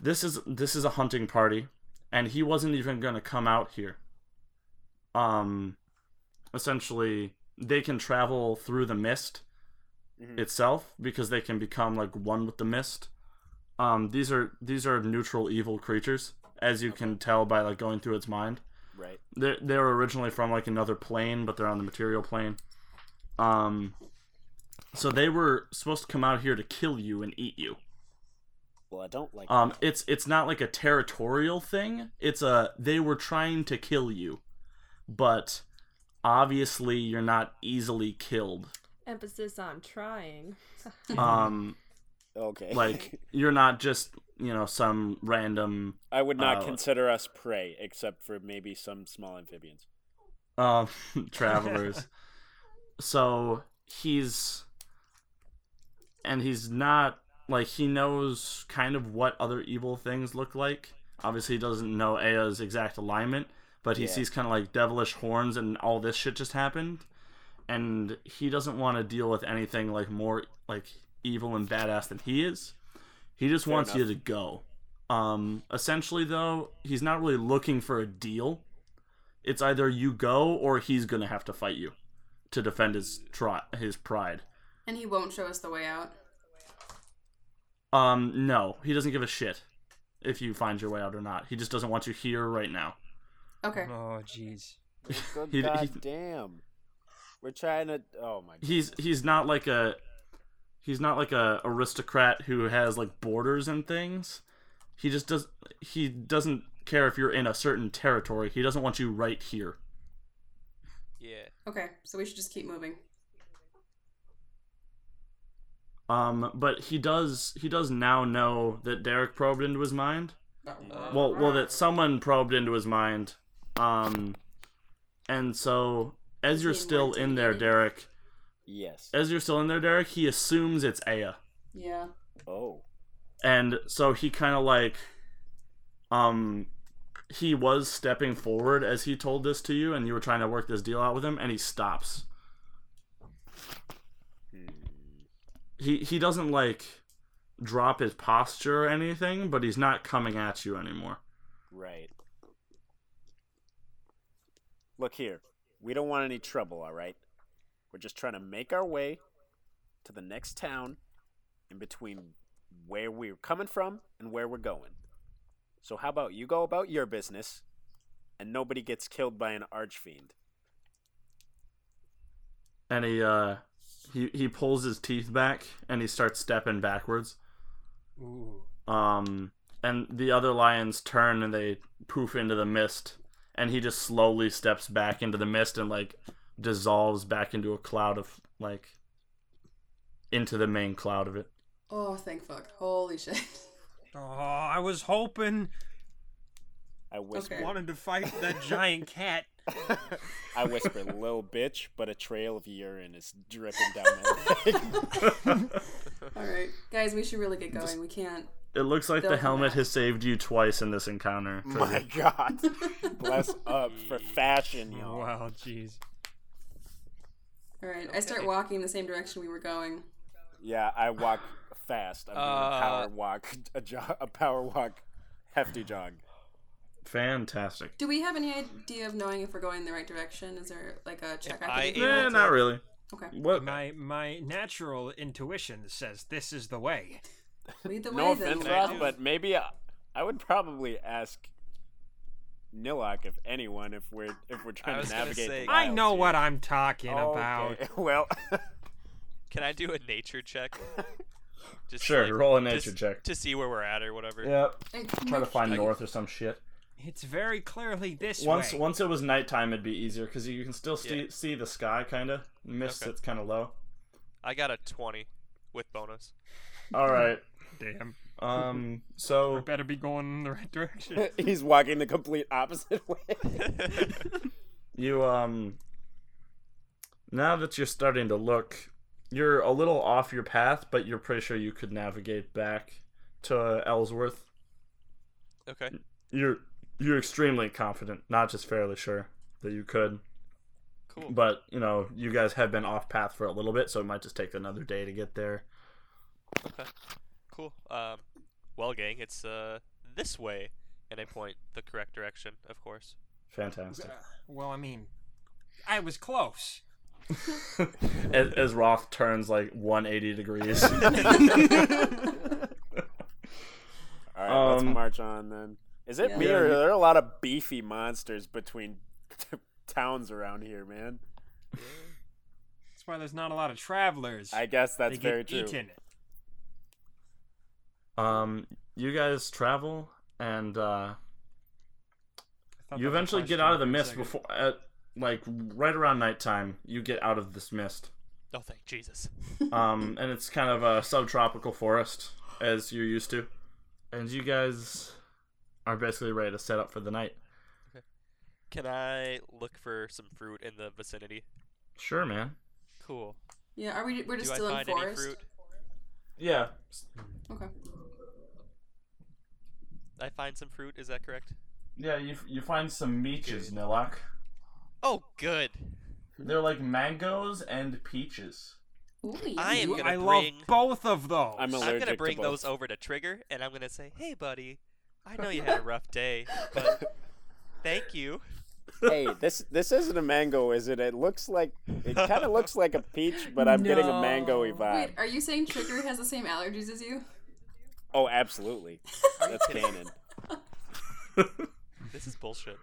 This is this is a hunting party, and he wasn't even gonna come out here. Um, essentially, they can travel through the mist itself because they can become like one with the mist. Um, these are these are neutral evil creatures, as you can tell by like going through its mind.
Right.
They they were originally from like another plane, but they're on the material plane. Um, so they were supposed to come out here to kill you and eat you.
Well, I don't like.
Um, it's it's not like a territorial thing. It's a they were trying to kill you, but obviously you're not easily killed.
Emphasis on trying.
Um,
Okay.
like you're not just you know some random
*laughs* I would not
uh,
consider us prey, except for maybe some small amphibians.
um, *laughs* travelers. so he's and he's not like he knows kind of what other evil things look like. Obviously, he doesn't know Aya's exact alignment, but he
Yeah.
sees kind of like devilish horns and all this shit just happened, and he doesn't want to deal with anything like more like evil and badass than he is. He just
Fair
wants you
enough.
to go. Um, essentially, though, he's not really looking for a deal. It's either you go or he's gonna have to fight you to defend his tri- his pride.
And he won't show us the way out.
Um, no, he doesn't give a shit if you find your way out or not. He just doesn't want you here right now.
Okay.
Oh, jeez.
Good
*laughs* He- he-
God damn. We're trying to. Oh my. God.
He's he's not like a he's not like a aristocrat who has like borders and things. He just does he doesn't care if you're in a certain territory. He doesn't want you right here.
Yeah.
Okay. So we should just keep moving.
Um, but he does he does now know that Derek probed into his mind. Well, well, that someone probed into his mind. Um, and so as you're
Being
still
more
in there,
intimidating.
Derek,
Yes.
as you're still in there, Derek, he assumes it's Aya,
Yeah.
Oh.
and so he kind of like, um, he was stepping forward as he told this to you, and you were trying to work this deal out with him, and he stops. He he doesn't like drop his posture or anything, but he's not coming at you anymore.
Right. Look here. We don't want any trouble, all right? We're just trying to make our way to the next town in between where we're coming from and where we're going. So, how about you go about your business and nobody gets killed by an archfiend?
and he uh he he pulls his teeth back and he starts stepping backwards
Ooh.
um and the other lions turn and they poof into the mist and he just slowly steps back into the mist and like dissolves back into a cloud of like into the main cloud of it
Oh, thank fuck. Holy *laughs* shit.
Oh, I was hoping,
I whisper,
Okay.
wanted to fight
*laughs*
that giant cat.
I whisper, "Lil bitch," but a trail of urine is dripping down my leg. *laughs*
All right, guys, we should really get going. We can't.
it looks like the
Doesn't
helmet
matter.
has saved you twice in this encounter
My God, bless up for fashion,
Oh.
y'all.
Wow, jeez.
All right, I start walking the same direction we were going.
Yeah, I walk fast. I'm doing a
Uh,
power walk, *laughs* a, jo- a power walk, hefty jog.
fantastic
Do we have any idea of knowing if we're going the right direction? Is there like a check?
I
could do?
able
Eh,
to-
not really
Okay,
what
My my natural intuition says this is the way.
lead the
No
way then.
offense,
I
Ross,
do-
but maybe I, I would probably ask Nilok if anyone if we're if we're trying
was
to
gonna
navigate.
say-
the
I
wilds
know
here.
what I'm talking about.
Okay, *laughs* Well,
Can I do a nature
*laughs*
check? Just to,
Sure, roll a
just
nature check.
to see where we're at or whatever.
yep
Hey,
try to find
I-
north or some shit
It's very clearly this
once
way.
once it was nighttime it'd be easier because you can still see,
Yeah.
see the sky kind of mist
Okay.
it's kind of low
I got a 20 with bonus.
all right
Damn.
Um, so
Better be going in the right direction.
He's walking the complete opposite *laughs* way.
you um now that you're starting to look you're a little off your path but you're pretty sure you could navigate back to ellsworth
okay.
Mm, you're you're extremely confident not just fairly sure that you could
Cool.
but you know you guys have been off path for a little bit so it might just take another day to get there
Cool. Um, well, gang, it's uh this way, and I point the correct direction, of course.
fantastic
well, I mean, I was close.
as, as roth turns like 180 degrees
All right, let's
Um,
march on then. Is it
Yeah.
me
Yeah,
or
you-
are there a lot of beefy monsters between towns around here, man?
That's why there's not a lot of travelers.
I guess that's
they get
very true.
eaten.
um you guys travel and uh
I thought
you
that was a
eventually get
question
out of the
for a
mist
second.
before at like right around nighttime you get out of this *laughs* mist
Oh, thank Jesus.
um and it's kind of a subtropical forest as you're used to and you guys are basically ready to set up for the night
Can I look for some fruit in the vicinity?
sure man
Cool.
Yeah, are we? We're
Do
just
I
still in
find any
forest.
fruit?
yeah
Okay.
I find some fruit. Is that correct?
yeah you, you find some meaches nilak
Oh, good.
they're like mangoes and peaches
Ooh,
I am
yummy.
gonna
I love
bring-
both of those.
I'm allergic
I'm gonna bring
to
those
both.
over to Trigger, and I'm gonna say, "Hey, buddy, I know you had a rough day, but thank you."
hey, this this isn't a mango, is it? It looks like it *laughs* kind of looks like a peach, but I'm getting a mangoy
No.
vibe.
Wait, are you saying Trigger has the same allergies as you?
Oh,
*laughs*
absolutely. That's canon.
This is bullshit.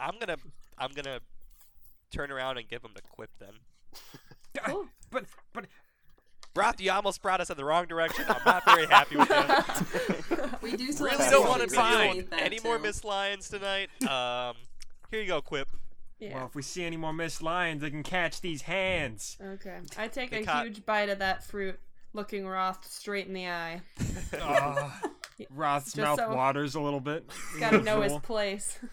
I'm gonna, I'm gonna turn around and give him the quip then.
Cool. *laughs* But but
Broth, you almost brought us in the wrong direction. I'm not very happy with you.
We do still
Really
have
don't
some
want to
fruit.
deal
We
with
need that,
any more
too.
Miss Lions tonight. Um, here you go, Quip.
Yeah.
well, if we see any more Miss Lions, they can catch these
*laughs*
hands.
Okay. I take
They
a
caught-
huge bite of that fruit, looking Roth straight in
*laughs*
the eye.
Uh, Roth's
Just
mouth
so-
waters a little bit.
Gotta know his
Cool.
place. *laughs*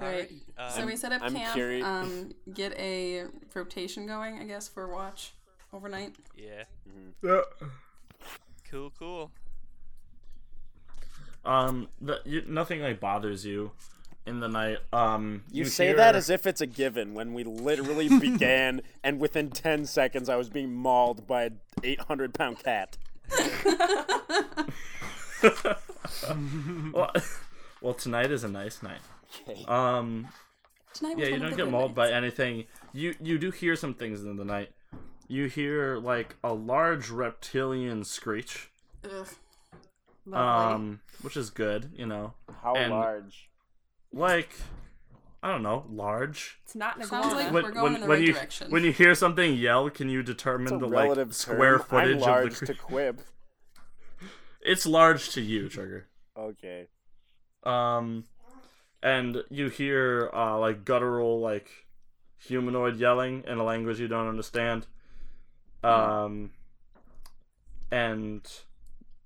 Right.
Uh,
so we set up
I'm
camp.
curi-
Um, get a rotation going, I guess, for watch overnight.
yeah.
yeah
Cool, cool.
um the, you, nothing like bothers you in the night um
You, say that
hear-
as if it's a given when we *laughs* literally began, and within 10 seconds, I was being mauled by an 800 pound cat.
*laughs* well, well, tonight is a nice night.
Okay.
Um,
Tonight was
yeah, you
one of
don't
the
get
good
mauled by
nights.
anything. You you do hear some things in the night. You hear like a large reptilian screech,
Ugh. Uh-huh.
Lovely.
um, which is good, you know.
How
And-
large?
Like I don't know, large.
it's not in a
sounds
iguana.
like-
When,
we're going
when,
in the
when
right
you
direction.
when you hear something yell, can you
It's a
determine the
relative
like square
term.
footage
I'm large
of
to
the? Cre-
quib.
it's large to you, Trigger.
*laughs* Okay.
Um, and you hear uh, like guttural, like humanoid yelling in a language you don't understand.
Hmm.
Um, and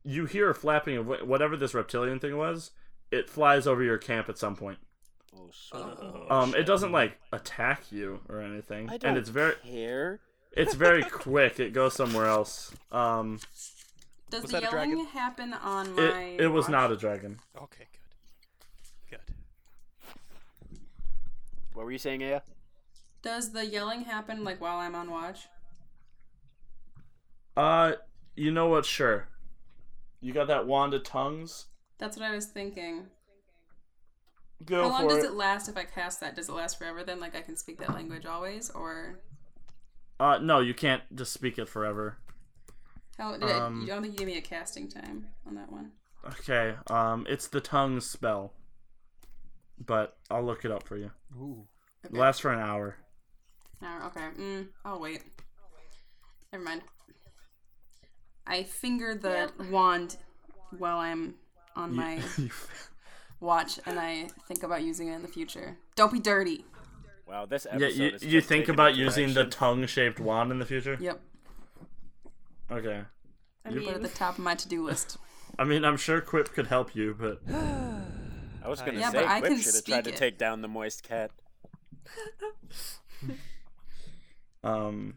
you hear a flapping of wh- whatever this reptilian thing was. It flies over your camp at some point.
Oh, shit.
Oh.
Um, it doesn't like attack you or anything,
I don't
and it's very,
care.
it's
*laughs*
very quick. It goes somewhere else. Um,
Does
Was
the
that a dragon?
yelling happen on my?
it it was
watch?
not a dragon.
Okay, good. Good.
What were you saying, Aya?
Does the yelling happen like while I'm on watch?
Uh, you know what? Sure, you got that wand of tongues.
That's what I was thinking.
Go
How long
for
does
it.
it last if I cast that? Does it last forever then? Like I can speak that language always, or
Uh, no, you can't just speak it forever.
how? Did I-
Um,
you don't think you gave me a casting time on that one?
Okay, um, it's the tongue spell, but I'll look it up for you.
Ooh.
It lasts for an hour.
Oh, okay. Mm, I'll wait. Never mind. I finger the wand while I'm on my
*laughs* You-
watch, and I think about using it in the future. Don't be dirty.
Wow, this
yeah,
episode
you,
is
you
just
think
taking a
about using the
direction.
tongue shaped wand in the future?
Yep.
Okay.
I
You-
put it at the top of my to do list.
I mean, I'm sure Quip could help you, but
I was gonna
Yeah,
say
but I
Quip
can
should have tried to
speak it.
take down the moist cat.
um,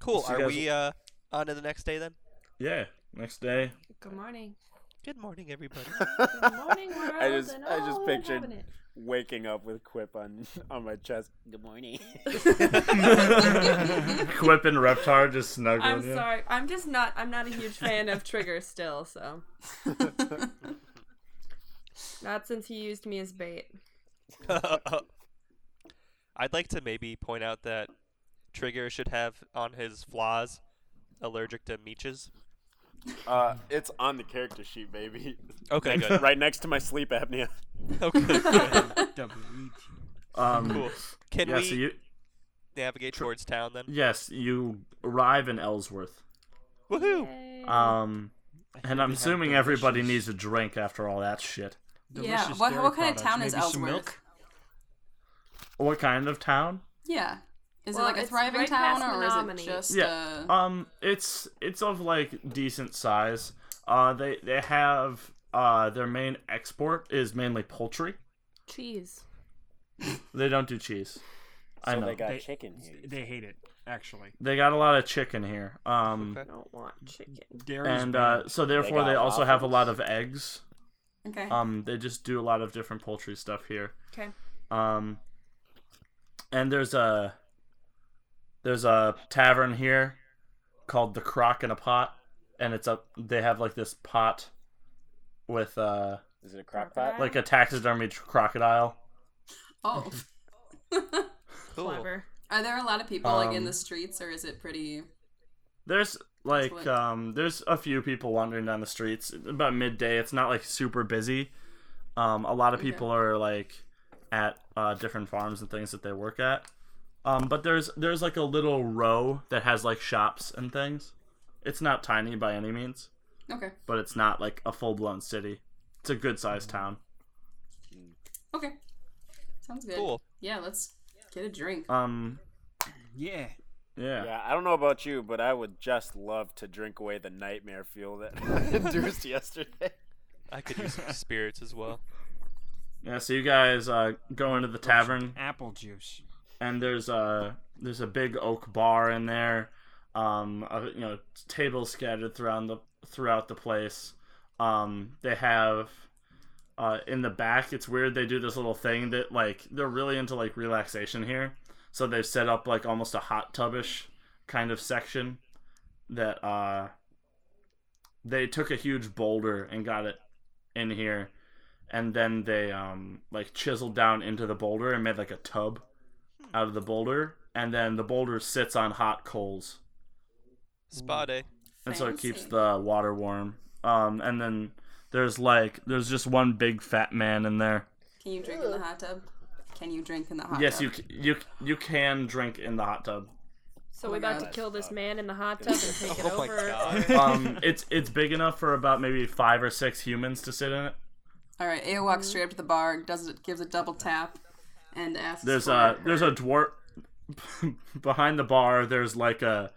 Cool.
So you
Are
guys-
we uh, on to the next day then?
yeah. Next
*laughs*
day, *laughs*
Good morning.
Good morning, everybody.
Good morning, world.
I just
and
I
all
just
that
pictured
happened.
waking up with Quip on *laughs* on my chest. Good morning.
Quip and Reptar just snuggling.
I'm
you.
sorry. I'm just not. I'm not a huge fan of Trigger still.
*laughs*
So not since he used me as bait.
*laughs* I'd like to maybe point out that Trigger should have on his flaws allergic to meeches.
*laughs* Uh, it's on the character sheet, baby. *laughs*
Okay,
*laughs*
good.
right next to my sleep apnea.
*laughs* Okay, good.
WET.
Um,
cool. Can
Yeah.
we
So you
navigate towards town then?
yes, you arrive in Ellsworth.
Woohoo!
Yay.
Um, and I'm
We have
assuming everybody needs
delicious-
a drink after all that shit.
yeah.
delicious
What,
dairy
what kind of
products.
town is
Maybe some
Ellsworth?
milk?
What kind of town?
Yeah. Is
Well,
it like a
it's
thriving
right
town
past
or is
Menominee.
it just
Yeah.
uh,
Um, it's it's of like decent size. Uh, they they have uh their main export is mainly poultry.
cheese.
They don't do cheese. I
So
know.
they got
They-
chicken here.
They hate it, actually.
They got a lot of chicken here. Um,
Okay.
Don't want chicken.
Dairy's
and
bad.
uh, so therefore
got
they, also have a lot of
waffles.
eggs.
okay?
Um, they just do a lot of different poultry stuff here.
Okay.
Um, and there's a there's a tavern here called the Crock in a Pot, and it's up. They have like this pot with uh
Is it a crock pot?
like a taxidermy crocodile.
oh.
Cool.
Clever.
Are there a lot of people like in
Um,
the streets or is it pretty
There's like
what-
um there's a few people wandering down the streets about midday. It's not like super busy. Um, a lot of
Okay.
people are like at uh, different farms and things that they work at. Um, but there's there's like a little row that has like shops and things. It's not tiny by any means,
Okay.
but it's not like a full blown city. It's a good
Mm.
sized town.
Okay. Sounds good.
Cool.
Yeah, let's get a drink.
Um,
yeah.
yeah.
Yeah, I don't know about you, but I would just love to drink away the nightmare fuel that *laughs* I induced
*laughs*
yesterday.
I could use *laughs* some spirits as well.
Yeah, so you guys uh, go into the tavern.
Apple juice.
and there's a there's a big oak bar in there. Um, uh, you know, tables scattered throughout the throughout the place. Um, they have uh, in the back. It's weird. They do this little thing that like they're really into like relaxation here. So they've set up like almost a hot tubish kind of section that uh, they took a huge boulder and got it in here, and then they um like chiseled down into the boulder and made like a tub out of the boulder, and then the boulder sits on hot coals,
Spa day.
and so it keeps
Fancy.
the water warm. Um, and then there's like there's just one big fat man in there.
Can you drink in the hot tub? Can you drink in the hot
yes,
tub?
you c- you c- you can drink in the hot tub.
So
Oh
we're
my
about
God.
to kill this man in the hot tub and
*laughs*
take it
Oh my
over.
god.
Um, it's it's big enough for about maybe five or six humans to sit in it.
All right, Aya walks straight up to the bar, does it, gives a double tap, and asks.
There's
for
a
her-
there's a dwarf *laughs* behind the bar. There's like a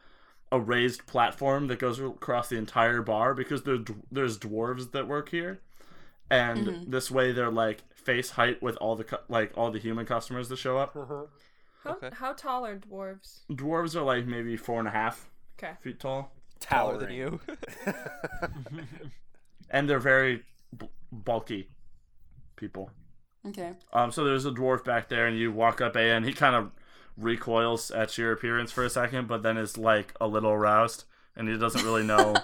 a raised platform that goes across the entire bar because there d- there's dwarves that work here, and this way they're like face height with all the cu- like all the human customers that show up.
*laughs* How,
Okay.
how tall are
*laughs*
dwarves?
Dwarves are like maybe four and a half
Okay.
feet tall,
Taller than
Towering.
*laughs* you.
and they're very b- bulky people.
Okay.
Um, so there's a dwarf back there, and you walk up, and he kind of recoils at your appearance for a second, but then is like a little aroused, and he doesn't
*laughs*
really know.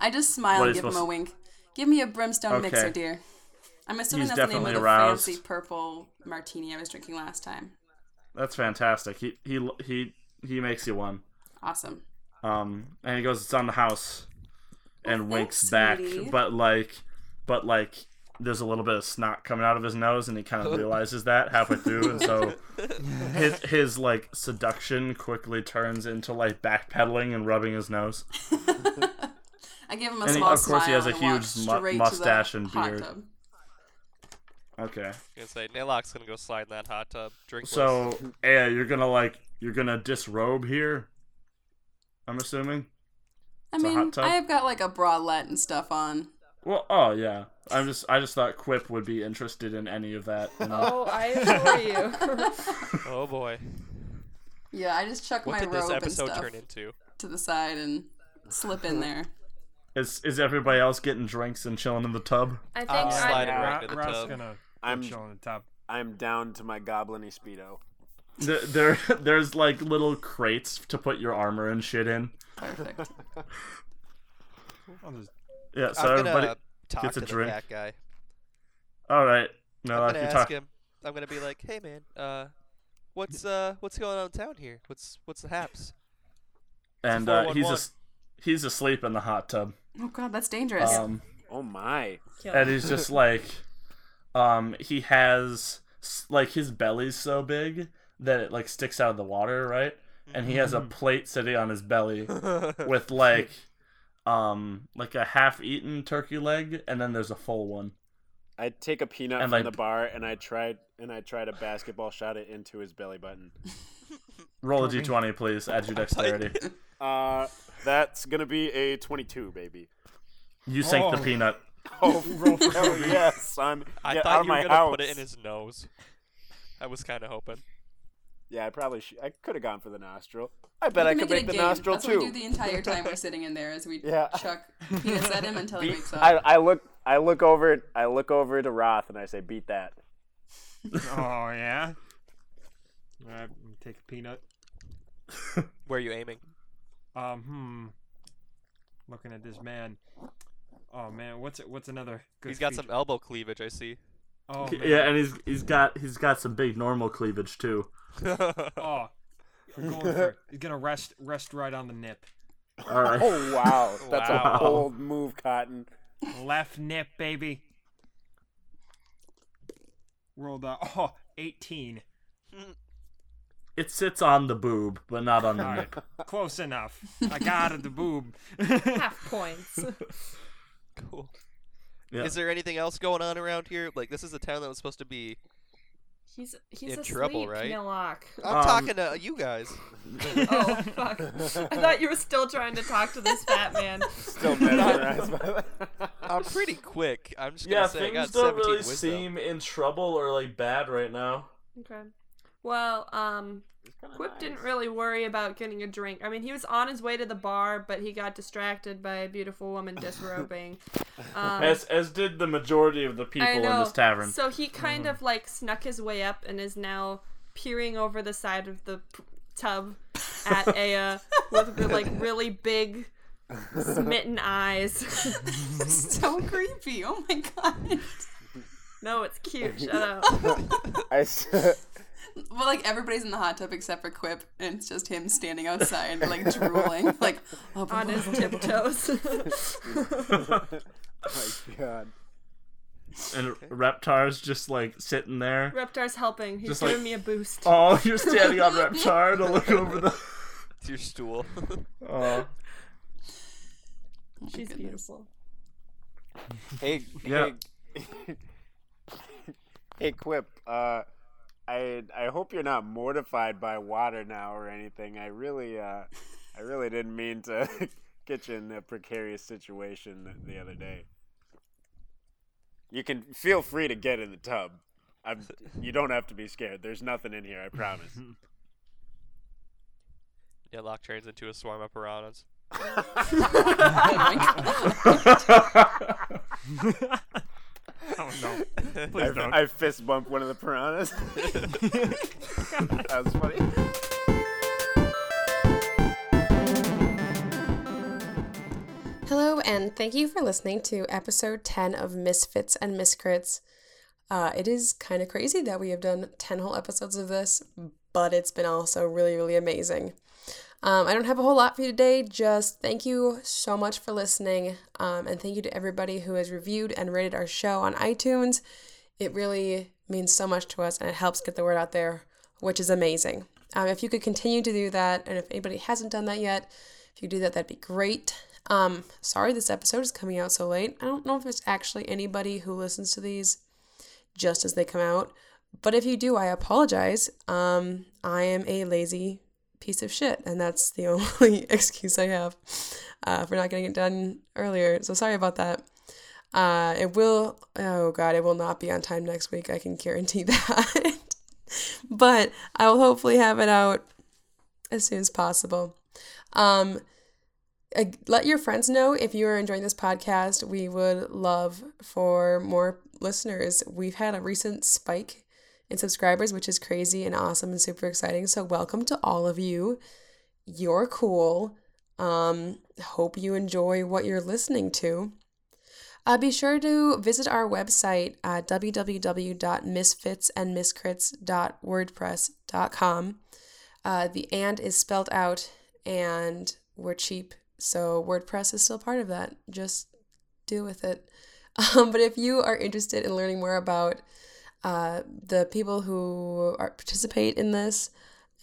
I just smile
What
and
is
give him a
supposed-
wink. Give me a brimstone
Okay.
mixer, dear. I'm assuming
He's
that's the name of
definitely
the
aroused.
fancy purple martini I was drinking last time.
That's fantastic. He he he he makes you one.
Awesome.
Um, and he goes, "It's on the house," and
Well,
winks
Oh, thanks,
back,
sweetie.
but like, but like, there's a little bit of snot coming out of his nose, and he
*laughs*
kind of realizes that halfway through, and so his his like seduction quickly turns into like backpedaling and rubbing his nose.
I give him a
And he-
small
of course he
smile
has a
and walk
huge mu-
straight to the
mustache and
hot
beard.
tub.
Okay,
gonna say Nailock's gonna go slide in that hot tub. Drink.
so yeah, you're gonna like you're gonna disrobe here. I'm assuming.
I
It's a hot
mean,
tub.
I have got like a bralette and stuff on.
Well, oh yeah. I'm just I just thought Quip would be interested in any of that.
*laughs*
You know?
Oh, I adore you. *laughs*
Oh boy.
Yeah, I just chuck
What
my
did this
robe and
episode
stuff
turn into?
to the side and slip
*laughs*
in there.
Is is everybody else getting drinks and chilling in the tub?
I think
I'm sliding
I,
right
Ra-
into the
Ross
tub.
gonna
I'm-
I'm chilling the top.
I'm down to my goblin-y speedo.
There, there *laughs* there's like little crates to put your armor and shit in.
Perfect.
I'll just
Yeah, so
I'm gonna
everybody
talk
gets
to
a
the
drink.
fat guy.
All right. No,
I'm
after
gonna ask
talk-
him. I'm gonna be like, "Hey, man, uh, what's uh, what's going on in town here? What's what's the haps?"
and uh, he's
411.
just he's asleep in the hot tub.
oh god, that's dangerous.
Um
Oh my!
and he's just like um he has s- like his belly's so big that it like sticks out of the water right and he has a plate sitting on his belly with like um like a half eaten turkey leg and then there's a full one
I take a peanut
And,
from
like-
the bar and I tried and I tried a basketball shot it into his belly button.
roll a d20 please add your dexterity
Uh, that's gonna be a 22, baby.
you sink the
Oh.
peanut
*laughs* Oh, hell yes, son.
I
Get out
thought
of
you were
my
gonna
house.
put it in his nose. I was kind of hoping.
Yeah, I probably should. I could have gone for the nostril. I bet I
We
could
can
make
it a
the
game.
nostril
That's
too.
what we do the entire time we're sitting in there, is we
Yeah.
chuck
*laughs*
penis at him until he
Beat-
wakes
I,
up.
I look. I look over. I look over to Roth and I say, "Beat
*laughs*
that."
Oh yeah. All right, take a peanut.
Where are you aiming?
Um, hmm. Looking at this man. Oh man, what's it? What's another? Good
He's got
feature?
some elbow cleavage, I see.
Oh man.
yeah and he's he's got he's got some big normal cleavage too
Oh, I'm going for it. He's gonna rest, rest right on the nip.
all right
Oh wow, that's
Wow.
a bold move, Cotton.
Left nip, baby. Rolled out. Oh, 18.
it sits on the boob but not on the *laughs* nip
Close enough. I got it, the boob.
*laughs*
half points.
cool.
Yeah.
Is there anything else going on around here? Like, this is a town that was supposed to be.
He's he's
In
asleep,
trouble, right? *laughs*
Nilok.
I'm
Um,
talking to you guys.
Oh
*laughs*
fuck! I thought you were still trying to talk to this fat man.
Still mesmerized by that.
I'm pretty quick. I'm just gonna
yeah
say I got
things
17
don't really
wisdom.
seem in trouble or like bad right now
Okay. Well, um, Quip didn't really worry about getting a drink. I mean, he was on his way to the bar, but he got distracted by a beautiful woman disrobing. Um,
As as did the majority of the people
I
in
know.
this tavern.
So he kind of like snuck his way up and is now peering over the side of the p- tub at Aya with the, like really big smitten eyes.
*laughs* so creepy. Oh my
*laughs*
god. *laughs*
no, it's cute. Shut up.
I s- *laughs* oh
Well, like everybody's in the hot tub except for Quip, and it's just him standing outside, like
*laughs*
drooling, like oh, *laughs*
On his tiptoes. *laughs*
my God.
*laughs* and Reptar's just like sitting there.
Reptar's helping. He's
Just like-
giving me a boost.
Oh, you're standing
*laughs*
on Reptar to look over the.
It's your stool. *laughs*
Oh,
She's
goodness.
beautiful.
Hey,
Yeah.
hey, *laughs* hey, Quip. Uh, I I hope you're not mortified by water now or anything. I really, uh, I really didn't mean to *laughs* get you in a precarious situation the other day. You can feel free to get in the tub. I'm, you don't have to be scared. There's nothing in here. I promise.
yeah, Locke turns into a swarm of piranhas.
oh
*laughs*
no.
I,
*laughs* Please don't.
I fist bumped one of the piranhas. *laughs* that was funny.
Hello, and thank you for listening to episode 10 of Misfits and Miscrits. Uh, it is kind of crazy that we have done 10 whole episodes of this, but it's been also really, really amazing. Um, I don't have a whole lot for you today, just thank you so much for listening, um, and thank you to everybody who has reviewed and rated our show on iTunes. It really means so much to us, and it helps get the word out there, which is amazing. Um, if you could continue to do that, and if anybody hasn't done that yet, if you do that, that'd be great. Um, sorry this episode is coming out so late. I don't know if there's actually anybody who listens to these just as they come out, but if you do, I apologize. Um, I am a lazy
piece of shit, and that's the *laughs* only excuse I have uh, for not getting it done earlier. So sorry about that. Uh, it will. Oh god, it will not be on time next week. I can guarantee *laughs* that. but I will hopefully have it out as soon as possible. Um, uh, let your friends know if you are enjoying this podcast. We would love for more listeners. We've had a recent spike in subscribers, which is crazy and awesome and super exciting. So, welcome to all of you. You're cool. Um, hope you enjoy what you're listening to. Uh, be sure to visit our website, uh, www.misfitsandmiscrits.wordpress.com. Uh, the and is spelled out, and we're cheap, so WordPress is still part of that. Just deal with it. *laughs* Um, but if you are interested in learning more about uh, the people who are, participate in this,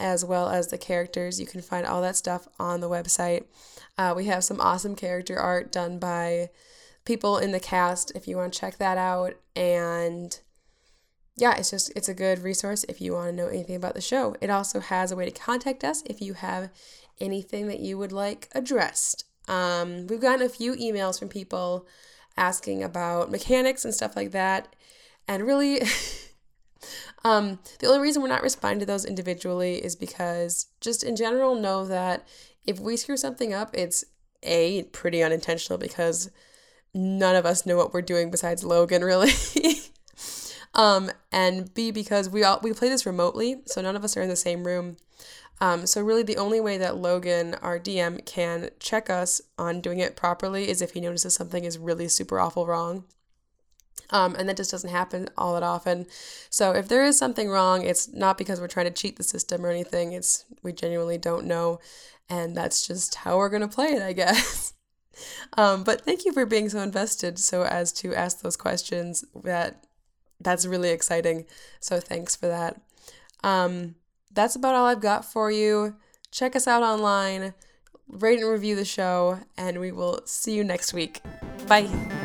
as well as the characters. You can find all that stuff on the website. Uh, we have some awesome character art done by people in the cast if you want to check that out. And yeah, it's just it's a good resource if you want to know anything about the show. It also has a way to contact us if you have anything that you would like addressed. Um, we've gotten a few emails from people asking about mechanics and stuff like that. And really, *laughs* um, the only reason we're not responding to those individually is because, just in general, know that if we screw something up, it's A, pretty unintentional because none of us know what we're doing besides Logan, really. *laughs* um, and B, because we all we play this remotely, so none of us are in the same room. Um, so really, the only way that Logan, our DM, can check us on doing it properly is if he notices something is really super awful wrong. Um, and that just doesn't happen all that often. So if there is something wrong, it's not because we're trying to cheat the system or anything. It's we genuinely don't know, and that's just how we're gonna play it, I *laughs* guess. um, but thank you for being so invested, so as to ask those questions. That that's really exciting. So thanks for that. Um, that's about all I've got for you. Check us out online, rate and review the show, and we will see you next week. Bye.